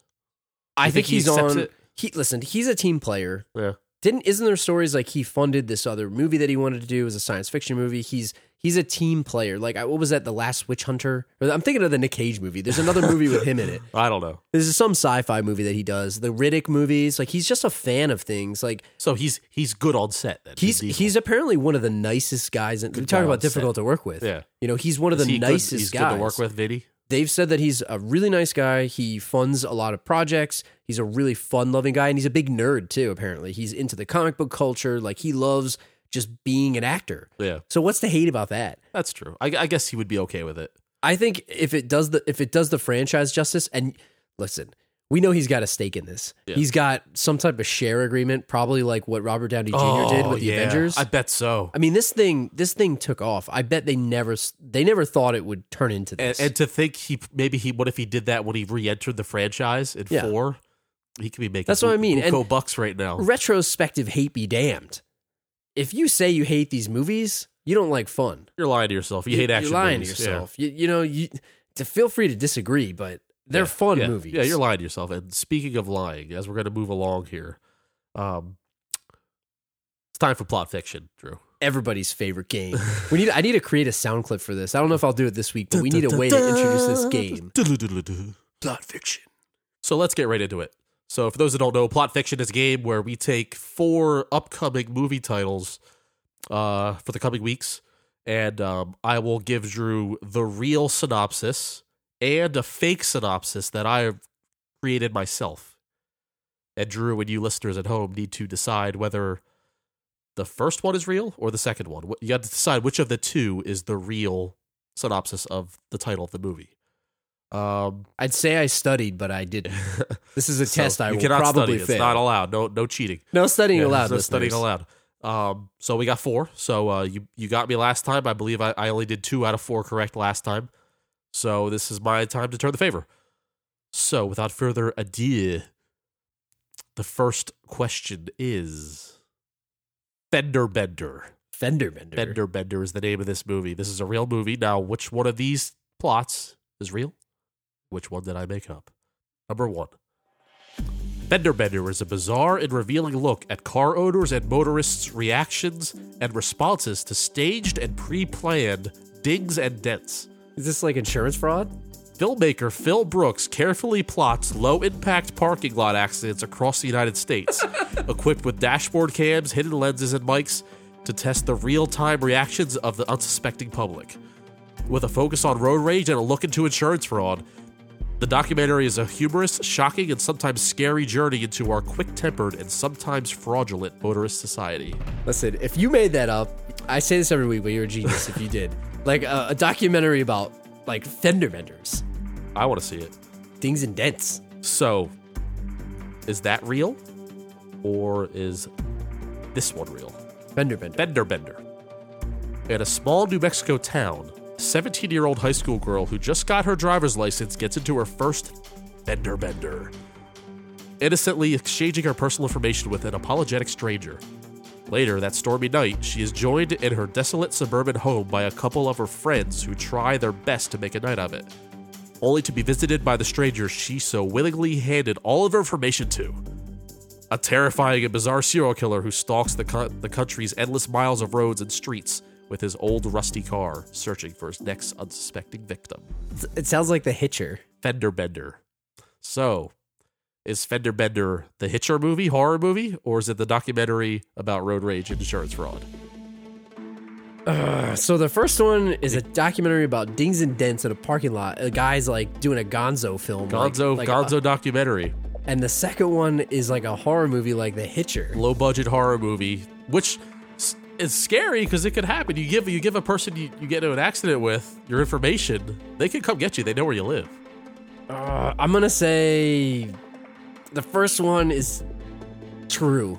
I You think, he he's accepts on. it? He listen. He's a team player. Yeah. Didn't isn't there stories like he funded this other movie that he wanted to do as a science fiction movie? He's he's a team player. Like I- what was that? The Last Witch Hunter. Or I'm thinking of the Nick Cage movie. There's another movie with him in it. I don't know. This is some sci-fi movie that he does. The Riddick movies. Like he's just a fan of things. Like So he's he's good on set. Then Vin he's Diesel. he's apparently one of the nicest guys. And we guy talk on about set. difficult to work with. yeah. You know, he's one of Is the he good- nicest he's guys good to work with. Vinny. They've said that he's a really nice guy. He funds a lot of projects. He's a really fun loving guy and he's a big nerd too, apparently. He's into the comic book culture. Like he loves just being an actor. Yeah, So what's to hate about that? that's true. I, I guess he would be okay with it. I think if it does the if it does the franchise justice and listen, we know he's got a stake in this. Yeah. He's got some type of share agreement, probably like what Robert Downey Jr. did with the Oh, yeah. Avengers. I bet so. I mean, this thing this thing took off. I bet they never s- they never thought it would turn into And, this. and to think he maybe he what if he did that when he re-entered the franchise in Yeah. four? He could be making That's what I buco- mean, and- buco bucks right now. retrospective hate be damned. If you say you hate these movies, you don't like fun. You're lying to yourself. You, hate you're action. lying movies. to yourself. You, you know, you to feel free to disagree, but they're Yeah. fun yeah. movies. Yeah, you're lying to yourself. And speaking of lying, as we're going to move along here, um, it's time for plot fiction, Drew. everybody's favorite game. We need. I need to create a sound clip for this. I don't know if I'll do it this week, but we need a way to introduce <laughs> this game. Plot fiction. So let's get right into it. So, for those that don't know, plot fiction is a game where we take four upcoming movie titles uh, for the coming weeks, and um, I will give Drew the real synopsis and a fake synopsis that I have created myself. And Drew and you listeners at home need to decide whether the first one is real or the second one. Wh- You got to decide which of the two is the real synopsis of the title of the movie. Um, <laughs> I'd say I studied, but I didn't. This is a so test I you will cannot probably study. fail. It's not allowed. No, no cheating. no studying Yeah, allowed. there's no studying listeners. allowed. Um, so we got four. So uh, you you got me last time. I believe I, I only did two out of four correct last time. So this is my time to turn the favor. So without further ado, the first question is Fender Bender. Fender bender. Fender Bender is the name of this movie. This is a real movie. Now, which one of these plots is real? Which one did I make up? Number one. Fender Bender is a bizarre and revealing look at car owners and motorists' reactions and responses to staged and pre planned dings and dents. Is this like insurance fraud? Filmmaker Phil Brooks carefully plots low impact parking lot accidents across the United States, equipped with dashboard cams, hidden lenses, and mics to test the real time reactions of the unsuspecting public. With a focus on road rage and a look into insurance fraud, the documentary is a humorous, shocking, and sometimes scary journey into our quick tempered and sometimes fraudulent motorist society. Listen, if you made that up, I say this every week, but you're a genius if you <laughs> did. Like uh, a, a documentary about like fender benders, I want to see it. dings and dents. So, is that real? Or is this one real? Fender bender. Bender Bender. In a small New Mexico town, 17 year old high school girl who just got her driver's license gets into her first Bender Bender, innocently exchanging her personal information with an apologetic stranger. Later that stormy night, she is joined in her desolate suburban home by a couple of her friends who try their best to make a night of it, only to be visited by the stranger she so willingly handed all of her information to a terrifying and bizarre serial killer who stalks the, co- the country's endless miles of roads and streets with his old rusty car, searching for his next unsuspecting victim, It sounds like the Hitcher. Fender Bender. So, is Fender Bender the Hitcher movie, horror movie, or is it the documentary about road rage and insurance fraud? So the first one is a documentary about dings and dents at a parking lot. A guy's like doing a Gonzo film. like- Gonzo, like, uh, Gonzo documentary, and the second one is like a horror movie, like The Hitcher. low budget horror movie, which s- is scary because it could happen. You give you give a person you, you get into an accident with your information, they could come get you. They know where you live. Uh, I'm gonna say the first one is true.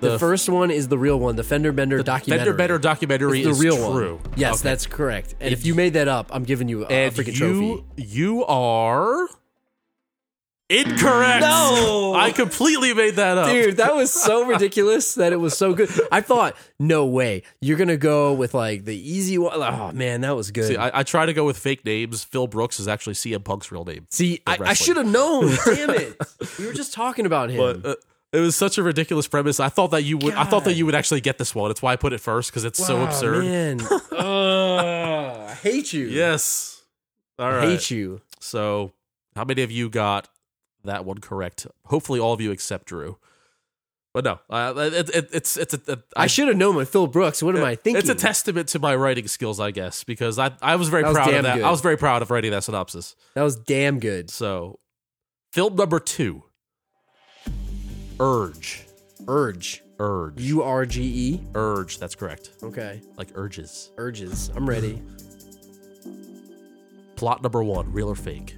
The, The- first one is the real one, the Fender Bender documentary. Fender Better documentary the is real true. one. Yes, that's correct. And if you made that up, I'm giving you a, and freaking you trophy. you are incorrect. No! I completely made that up. Dude, that was <laughs> so ridiculous that it was so good. I thought, no way, you're gonna go with like the easy one. Oh man, that was good. See, I, I try to go with fake names. Phil Brooks is actually CM Punk's real name. See, I, I wrestling. should have <laughs> known. Damn it! We were just talking about him. But uh, it was such a ridiculous premise. I thought that you would. I thought that you would actually get this one. That's why I put it first because it's uh, so Wow, absurd. <laughs> Man. Ugh, I hate you. Yes. All I right. hate you. So, how many of you got that one correct? Hopefully, all of you except Drew. But no, uh, it, it, it's it's a, a- I should have known with Phil Brooks. What am I thinking? It's a testament to my writing skills, I guess, because I I was very That was proud damn of that. good. I was very proud of writing that synopsis. That was damn good. So, film number two, Urge, Urge. Urge, U R G E. Urge. That's correct. Okay. Like urges. Urges. I'm ready. Plot number one real or fake?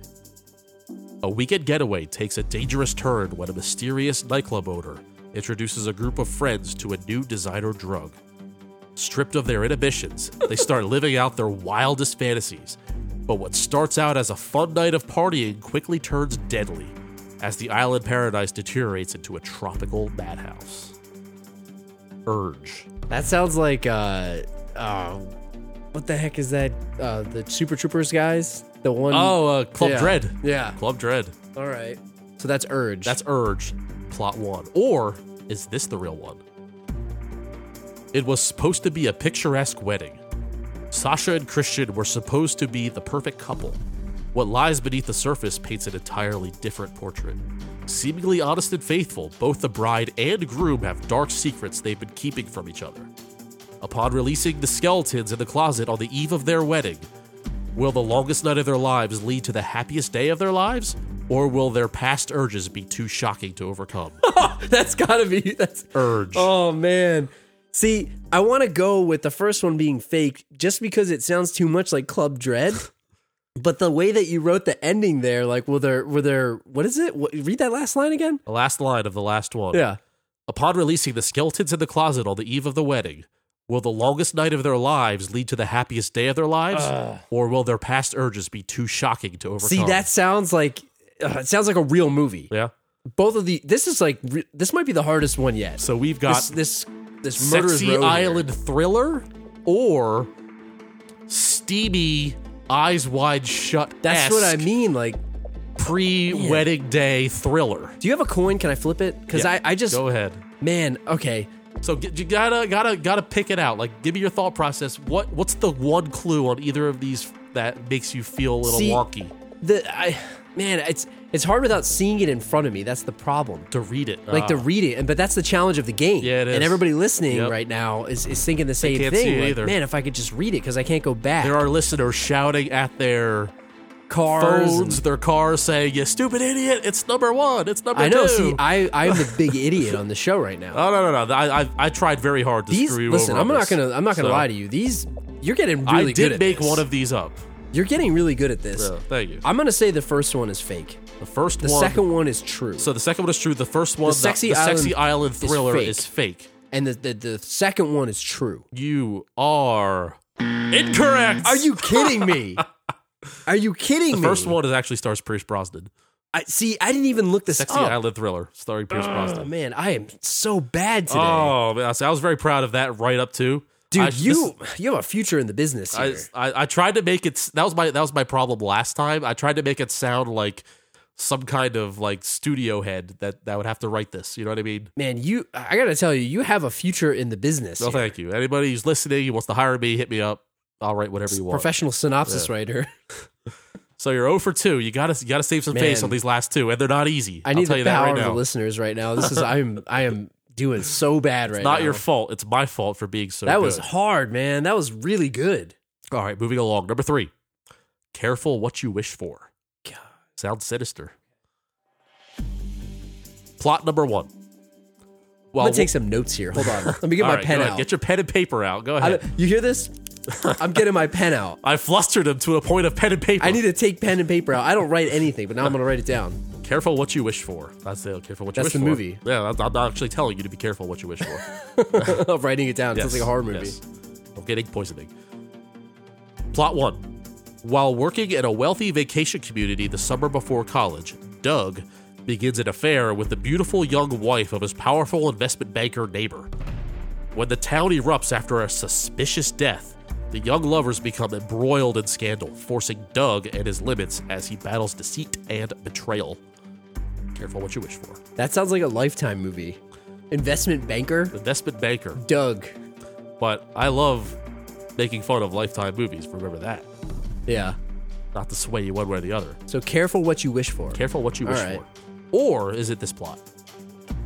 A weekend getaway takes a dangerous turn when a mysterious nightclub owner introduces a group of friends to a new designer drug. Stripped of their inhibitions, they start living out their wildest fantasies. But what starts out as a fun night of partying quickly turns deadly as the island paradise deteriorates into a tropical madhouse. Urge. That sounds like uh, uh what the heck is that? Uh, the Super Troopers guys. The one Oh, uh, Club yeah. Dread. Yeah. Club Dread. All right. So that's urge. That's Urge, plot one. Or is this the real one? It was supposed to be a picturesque wedding. Sasha and Christian were supposed to be the perfect couple. What lies beneath the surface paints an entirely different portrait. Seemingly honest and faithful, both the bride and groom have dark secrets they've been keeping from each other. Upon releasing the skeletons in the closet on the eve of their wedding, Will the longest night of their lives lead to the happiest day of their lives? Or will their past urges be too shocking to <laughs> overcome? <laughs> that's gotta be that's Urge. Oh man. See, I want to go with the first one being fake just because it sounds too much like Club <laughs> Dread. but the way that you wrote the ending there, like, will there, were there, what is it? What, read that last line again. The last line of the last one. Yeah. Upon releasing the skeletons in the closet on the eve of the wedding, will the longest night of their lives lead to the happiest day of their lives? or will their past urges be too shocking to overcome? Uh. See, that sounds like, uh, it sounds like a real movie. Oh. Yeah. Both of the, this is like, re- this might be the hardest one yet. So we've got This, this, this murderous Sexy row here. Island Thriller or Steamy Eyes Wide Shut. That's what I mean. Like, pre-wedding day thriller. do you have a coin? Can I flip it? Because Yeah. I, I just, Go ahead. man, okay. So g you gotta gotta gotta pick it out. Like, give me your thought process. What what's the one clue on either of these that makes you feel a little See- wonky The, I, man, it's, it's hard without seeing it in front of me. That's the problem. to read it? like Ah, to read it. And but that's the challenge of the game. Yeah, it is. And everybody listening Yep. right now is, is thinking the same can't thing. see it like, either. Man, if I could just read it because I can't go back. there are listeners shouting at their cars. and- phones, their cars, saying, "You stupid idiot! It's number one. It's number I know. two. See, I I'm the <laughs> big idiot on the show right now. oh no no no! I I, I tried very hard to These screw you listen, over. I'm on not this. gonna I'm not gonna So, lie to you. These you're getting really I good did at make this. one of these up. You're getting really good at this. So, thank you. I'm gonna say the first one is fake. the first The one. second one is true. so the second one is true. The first one, the, Sexy the sexy Island island is thriller, fake. is fake. and the, the the second one is true. You are incorrect. Are you kidding me? <laughs> Are you kidding The me? first one is actually stars Pierce Brosnan. Oh. I see. I didn't even look this Sexy up. Island Thriller, starring Pierce Oh Brosnan. man, I am so bad today. Oh, man, I was very proud of that right up to. Dude, I- you you have a future in the business here. this- I, I I tried to make it. s- That was my that was my problem last time. I tried to make it sound like some kind of like studio head that that would have to write this. You know what I mean? Man, you I gotta tell you, you have a future in the business. No, here. thank you. Anybody who's listening who wants to hire me, hit me up. I'll write whatever you want. Professional synopsis writer. So you're 0 for two. You gotta you gotta save some Man. face on these last two, and they're not easy. <laughs> I need I'll tell the you that power right of the now. listeners right now. <laughs> This is I'm I am doing so bad right now. Not your fault. It's my fault for being so. That good. was hard, man. That was really good. All right, moving along. Number three, careful what you wish for. God. Sounds sinister. Plot number one. Well, I'm gonna take some notes here. Hold on. Let me get <laughs> all my right, pen go ahead. out. Get your pen and paper out. Go I, ahead. you hear this? I'm getting my pen out. I, flustered him to a point of pen and paper. I need to take pen and paper out. I don't write anything, but now I'm gonna write it down. <laughs> Careful what you wish for. That's the careful what you That's wish the for. movie. Yeah, I'm- I'm not actually telling you to be careful what you <laughs> wish for. of writing it down. Sounds like a horror movie. yes. Of getting poisoning. Plot one. While working in a wealthy vacation community the summer before college, Doug begins an affair with the beautiful young wife of his powerful investment banker neighbor. When the town erupts after a suspicious death, the young lovers become embroiled in scandal, forcing Doug and his limits as he battles deceit and betrayal. Careful what you wish for. That sounds like a lifetime movie. Investment banker Investment banker. Doug. But I love making fun of Lifetime movies. Remember that. Yeah. Not to sway you one way or the other. So careful what you wish for. Careful what you wish Alright. for. Or is it this plot?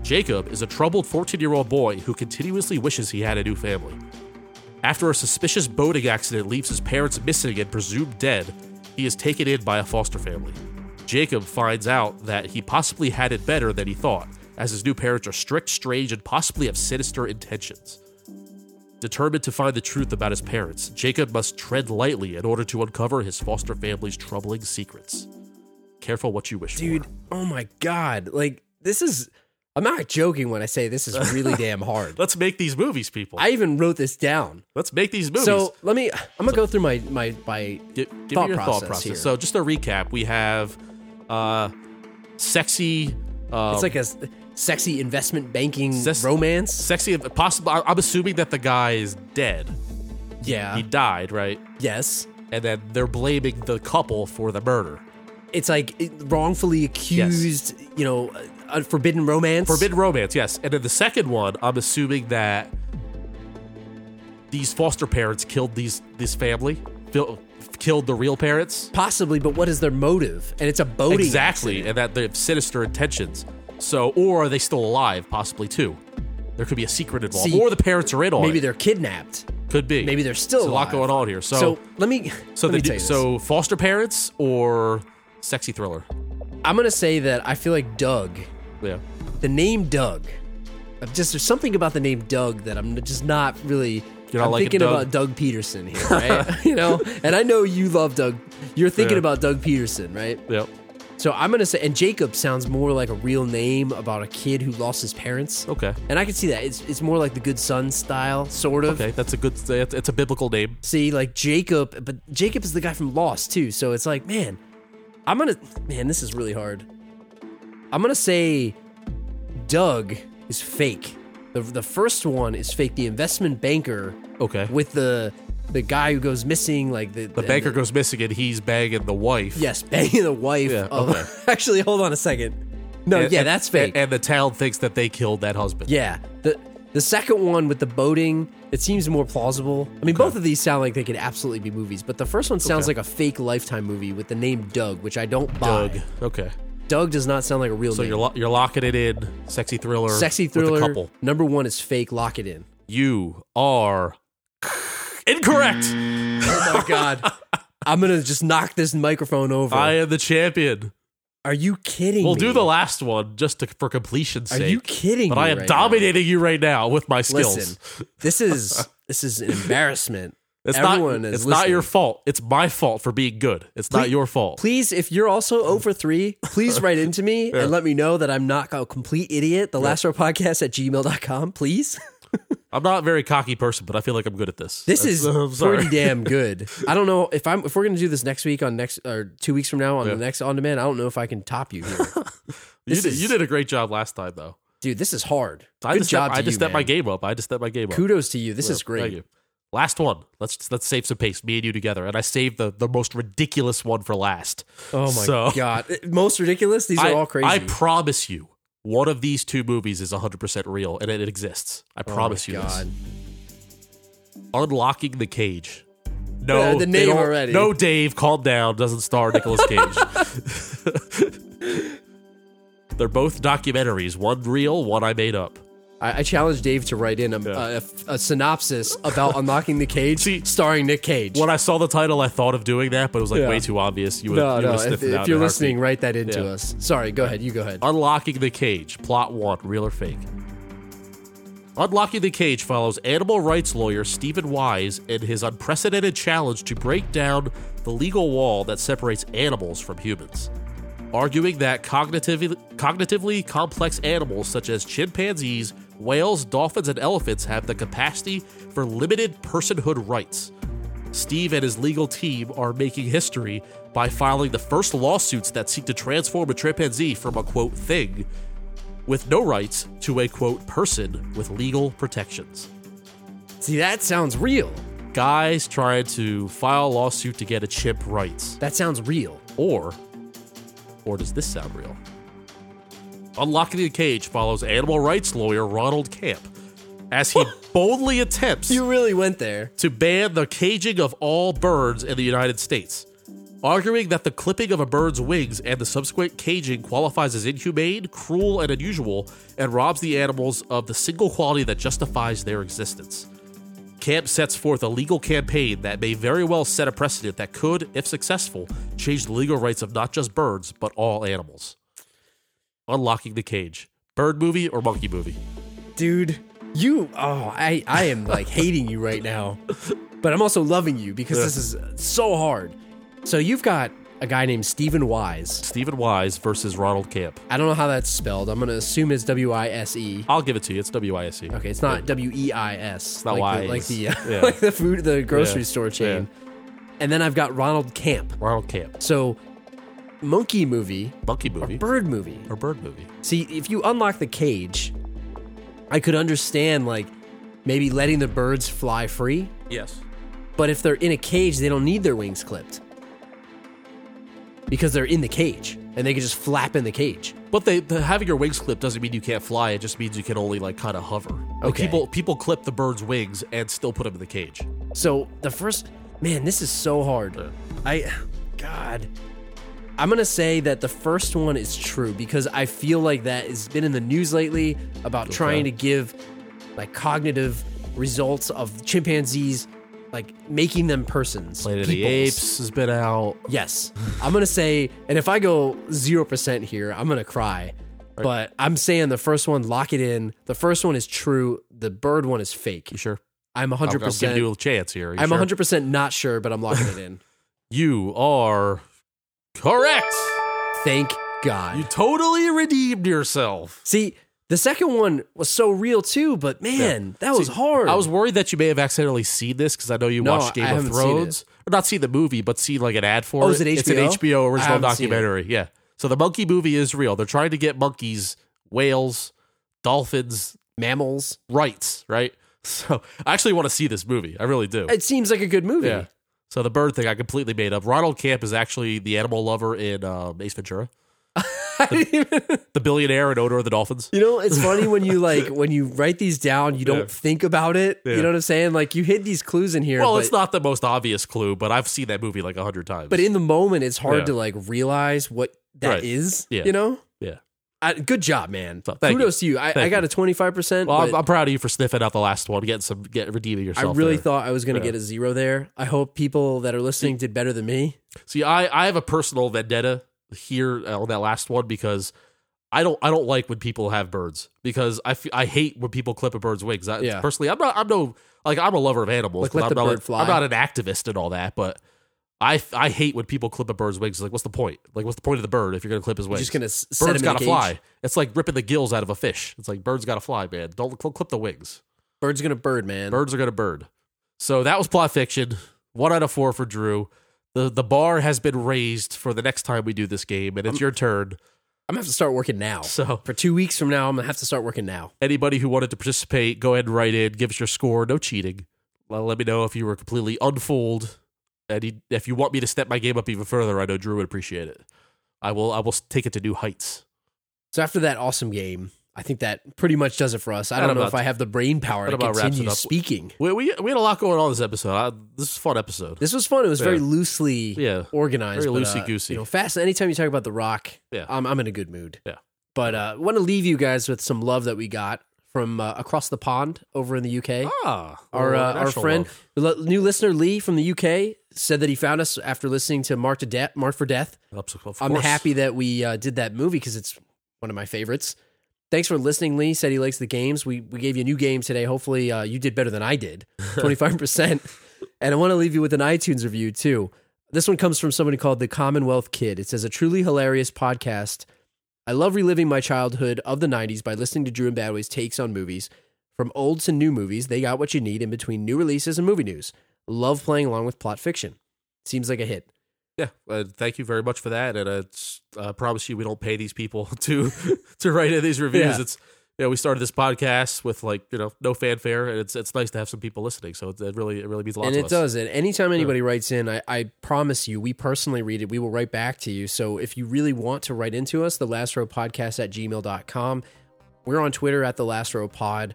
Jacob is a troubled 14 year old boy who continuously wishes he had a new family. After a suspicious boating accident leaves his parents missing and presumed dead, he is taken in by a foster family. Jacob finds out that he possibly had it better than he thought, as his new parents are strict, strange, and possibly have sinister intentions. Determined to find the truth about his parents, Jacob must tread lightly in order to uncover his foster family's troubling secrets. Careful what you wish Dude, for. oh my god. Like this is I'm not joking when I say this is <laughs> really damn hard. Let's make these movies, people. I even wrote this down. Let's make these movies. So let me. I'm gonna go through my my my. Gi- give thought me your process thought process. here. So just to recap, we have uh, sexy, uh, It's like a s- sexy investment banking Sis- romance. sexy. Possible. I- I'm assuming that the guy is dead. Yeah. He died, right? Yes. And then they're blaming the couple for the murder. It's like it- wrongfully accused. You know, uh, forbidden romance. Forbidden romance, yes. And then the second one, I'm assuming that these foster parents killed these this family, fil- killed the real parents. Possibly, but what is their motive? And it's a boating. Exactly, accident. and that they have sinister intentions. So, or are they still alive? Possibly too. There could be a secret involved, See, or the parents are in on Maybe it. they're kidnapped. Could be. Maybe they're still There's a lot alive. going on here. So, So so, let me. So the let me du- tell you so so foster parents or sexy thriller. I'm gonna say that I feel like Doug. Yeah, The name Doug. I'm just there's something about the name Doug that I'm just not really. You're not I'm liking thinking Doug? about Doug Peterson <laughs> here, right? <laughs> you know, and I know you love Doug. You're thinking Yeah. about Doug Peterson, right? yeah. So I'm gonna say, and Jacob sounds more like a real name about a kid who lost his parents. Okay, And I can see that it's it's more like the good son style, sort of. okay. That's a good. It's it's a biblical name. See, like Jacob, but Jacob is the guy from Lost too. So it's like, man, I'm gonna, man, this is really hard. I'm gonna say, Doug is fake. The the first one is fake. The investment banker Okay. with the the guy who goes missing, like the the banker goes missing and he's banging the wife. Yes, <laughs> banging the wife. Yeah, of, okay. <laughs> actually, hold on a second. No, And- Oh, yeah, and- that's fake. And, and the town thinks that they killed that husband. yeah, the the second one with the boating, it seems more plausible. I mean, both of these sound like they could absolutely be movies, but the first one sounds like Okay. a fake Lifetime movie with the name Doug, which I don't buy. Doug. Doug, Okay. does not sound like a real So name. you're lo- you're locking it in. Sexy thriller. Sexy With thriller a couple. number one is fake. Lock it <laughs> in. You are incorrect. Oh my god. <laughs> I'm gonna just knock this microphone over. I am the champion. Are you kidding We'll me? do the last one just to, for completion's Are sake. you kidding but me? I am right now? dominating you right now with my skills. Listen, this <laughs> is this is an embarrassment. it's Everyone not. is it's not your listening. fault. It's my fault for being good. It's not Please- your fault. Please, if you're also 0 for 3, <laughs> please write into me and let me know that I'm not a complete idiot. The last row podcast at gmail.com, please. I'm not a very cocky person, but I feel like I'm good at this. This That's- is <laughs> I'm sorry. pretty damn good. I don't know if I'm if we're gonna do this next week on next or two weeks from now on the next on demand, I don't know if I can top you <laughs> here. you, this did, is- you did a great job last time, though. Dude, this is hard. I good just job stepped, to I just you, stepped my man. game up. I just stepped my game up. Kudos to you. This is Thank great. you. Last one. Let's let's save some pace. Me and you together, and I saved the the most ridiculous one for last. Oh my So- god. Most ridiculous? These are I, all crazy. Oh I promise you, one of these two movies is 100% real and it, it exists. I Oh my promise you God. this. Unlocking the Cage. No, Yeah, the they name don't- already. No, Dave, calm down. Doesn't star Nicolas <laughs> Cage. They're both documentaries. One real, one I made up. I, I challenge Dave to write in a, a- a synopsis about unlocking the cage, See- starring Nick Cage. When I saw the title, I thought of doing that, but it was like Yeah. way too obvious. You would, no, you no. would have If, sniffed if it out in a you're heartbeat. listening, write that into Yeah. Uh, us. Sorry, go ahead. You go ahead. Unlocking the Cage, Plot 1, Real or Fake. Unlocking the Cage follows animal rights lawyer Stephen Wise in his unprecedented challenge to break down the legal wall that separates animals from humans. arguing that cognitively, cognitively complex animals such as chimpanzees, whales, dolphins, and elephants have the capacity for limited personhood rights. Steve and his legal team are making history by filing the first lawsuits that seek to transform a chimpanzee from a quote thing with no rights to a quote person with legal protections. See, that sounds real. Guys trying to file a lawsuit to get a chip rights. That sounds real. Or, or does this sound real? Unlocking the cage follows animal rights lawyer Ronald Camp as he boldly attempts You really went there. to ban the caging of all birds in the United States, arguing that the clipping of a bird's wings and the subsequent caging qualifies as inhumane, cruel, and unusual, and robs the animals of the single quality that justifies their existence. Camp sets forth a legal campaign that may very well set a precedent that could, if successful, change the legal rights of not just birds, but all animals. Unlocking the cage. Bird movie or monkey movie? Dude, you oh, I I am <laughs> like hating you right now. But I'm also loving you because this is so hard. So you've got a guy named Stephen Wise. Stephen Wise versus Ronald Camp. I don't know how that's spelled. I'm going to assume it's W I S E. I'll give it to you. It's WISE. Okay, it's not W E I S. not like the, like Wise. the uh, Yeah. <laughs> like the food the grocery Yeah. store chain. And then I've got Ronald Camp. Ronald Camp. So monkey movie, Monkey movie. bird movie. or bird movie. See, if you unlock the cage, I could understand like maybe letting the birds fly free, Yes. but if they're in a cage, they don't need their wings clipped. Because they're in the cage and they can just flap in the cage. But they, the, having your wings clipped doesn't mean you can't fly. It just means you can only like kind of hover. Like, Okay. People people clip the bird's wings and still put them in the cage. So the first man, this is so hard. I God. I'm gonna say that the first one is true because I feel like that has been in the news lately about trying to give like cognitive results of chimpanzees, like making them persons. Planet of the peoples. Apes has been out. Yes. I'm going to say, and if I go 0% here, I'm going to cry. But I'm saying the first one, lock it in. The first one is true. The bird one is fake. You sure? I'm 100%. I'm, I'm giving you a chance here. You I'm sure? 100% not sure, but I'm locking it <laughs> in. You are correct. Thank God. You totally redeemed yourself. See, the second one was so real too, but man, that was hard. I was worried that you may have accidentally seen this because I know you No, watched Game I of haven't seen it. Thrones. Or not seen the movie, but seen like an ad for Oh, it. is it It's an HBO? HBO I original haven't seen it. documentary. Yeah. So the monkey movie is real. They're trying to get monkeys, whales, dolphins mammals. rights, right? <laughs> So I actually want to see this movie. I really do. It seems like a good movie. Yeah. So the bird thing I completely made up. Ronald Camp is actually the animal lover in um, Ace Ventura, I didn't even- the billionaire and owner of the dolphins. <laughs> you know, it's funny when you like when you write these down, you don't Yeah. think about it. Yeah. You know what I'm saying? Like you hid these clues in here. Well, but- it's not the most obvious clue, but I've seen that movie like a hundred times. but in the moment it's hard Yeah. to like realize what Right. that is. Yeah. you know Yeah. I, good job man So, thank kudos to you i, I Thank got a 25% well, I'm, but I'm proud of you for sniffing out the last one, getting some, get redeeming i yourself. really there. thought i was going to Yeah. get a zero there i hope people that are listening did better than me See, I, I have a personal vendetta here uh, on that last one because I don't I don't like when people have birds because I fe- I hate when people clip a bird's wings. I, Yeah. Personally, I'm not I'm no like I'm a lover of animals. Like, but let I'm the not, bird like- fly. I'm not an activist and all that, but I I hate when people clip a bird's wings. Like, what's the point? Like, what's the point of the bird if you're gonna clip his wings? just going to set Birds him in a gotta cage. fly. It's like ripping the gills out of a fish. It's like birds gotta fly, man. Don't cl- clip the wings. bird's going to bird man Birds are gonna bird. So that was plot fiction. One out of four for Drew. The the bar has been raised for the next time we do this game, Um, and it's your turn. i'm going to have to start working now So for two weeks from now i'm going to have to start working now anybody who wanted to participate, go ahead and write in. Give us your score. No cheating. Well, let me know if you were completely unfooled. And he- if you want me to step my game up even further, I know Drew would appreciate it. I will. I will take it to new heights. so after that awesome game i think that pretty much does it for us i That don't know about- if i have the brain power that to about wraps it continue up. speaking We we, we had a lot going on this episode. I, this is a fun episode. this was fun it was very Yeah. loosely Yeah. organized, Very but, uh, loosey-goosey. you know, fast. Anytime you talk about The Rock, Yeah. I'm, I'm in a good mood. Yeah. but uh, want to leave you guys with some love that we got from uh, across the pond over in the UK. Ah, Our, well, uh, our national friend, love. l- new listener Lee from the UK, said that he found us after listening to Mark to Death, Mark for Death. Of- of I'm course. happy that we uh, did that movie because it's one of my favorites. Thanks for listening, Lee. Said he likes the games. We we gave you a new game today. Hopefully, <laughs> uh, you did better than I did, twenty five percent. And I want to leave you with an iTunes review too. This one comes from somebody called the Commonwealth Kid. It says a truly hilarious podcast. I love reliving my childhood of the 90s by listening to Drew and Badway's takes on movies. From old to new movies, they got what you need in between new releases and movie news. Love playing along with plot fiction. Seems like a hit. Yeah, uh, thank you very much for that, and uh, it's, I promise you we don't pay these people <laughs> to to write in these reviews. Yeah. It's you know we started this podcast with like you know no fanfare, and it's it's nice to have some people listening. So it, it really it really means a lot and to it us. does. And anytime anybody writes in, I, I promise you, we personally read it. We will write back to you. So if you really want to write into us, the last row podcast at gmail.com. We're on Twitter at the last row pod.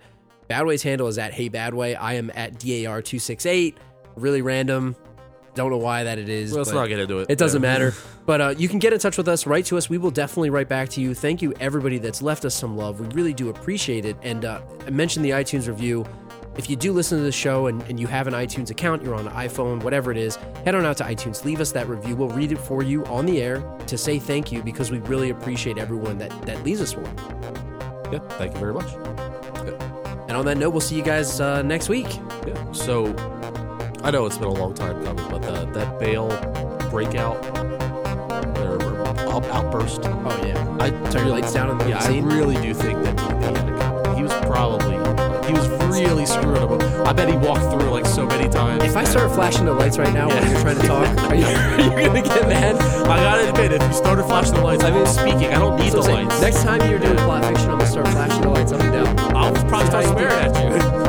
Badway's handle is at hey badway. I am at DAR268. Really random. Don't know why that it is. Let's but- not get into it. It doesn't Yeah. matter. But uh, you can get in touch with us, write to us. We will definitely write back to you. Thank you, everybody that's left us some love. We really do appreciate it. And uh, I mentioned the iTunes review. If you do listen to the show and, and you have an iTunes account, you're on an iPhone, whatever it is, head on out to iTunes, leave us that review. We'll read it for you on the air to say thank you because we really appreciate everyone that, that leaves us one. Yeah, thank you very much. And on that note, we'll see you guys uh, next week. Yeah. So I know it's been a long time coming, but the, that bail breakout or out- outburst. Oh, yeah. I Turn your really- lights down in the Yeah, I scene. really do think that he, he had a comment. He was probably he was really screwing him up. I bet he walked through like so many times. If I start flashing the lights right now while you're trying to talk, are you, <laughs> are you going to get mad? I gotta admit, if you started flashing the lights, I mean speaking, I don't need So the I'm saying, lights. Next time you're doing plot fiction, I'm gonna start flashing the lights up and down. I'll probably start That's how you do swearing at you.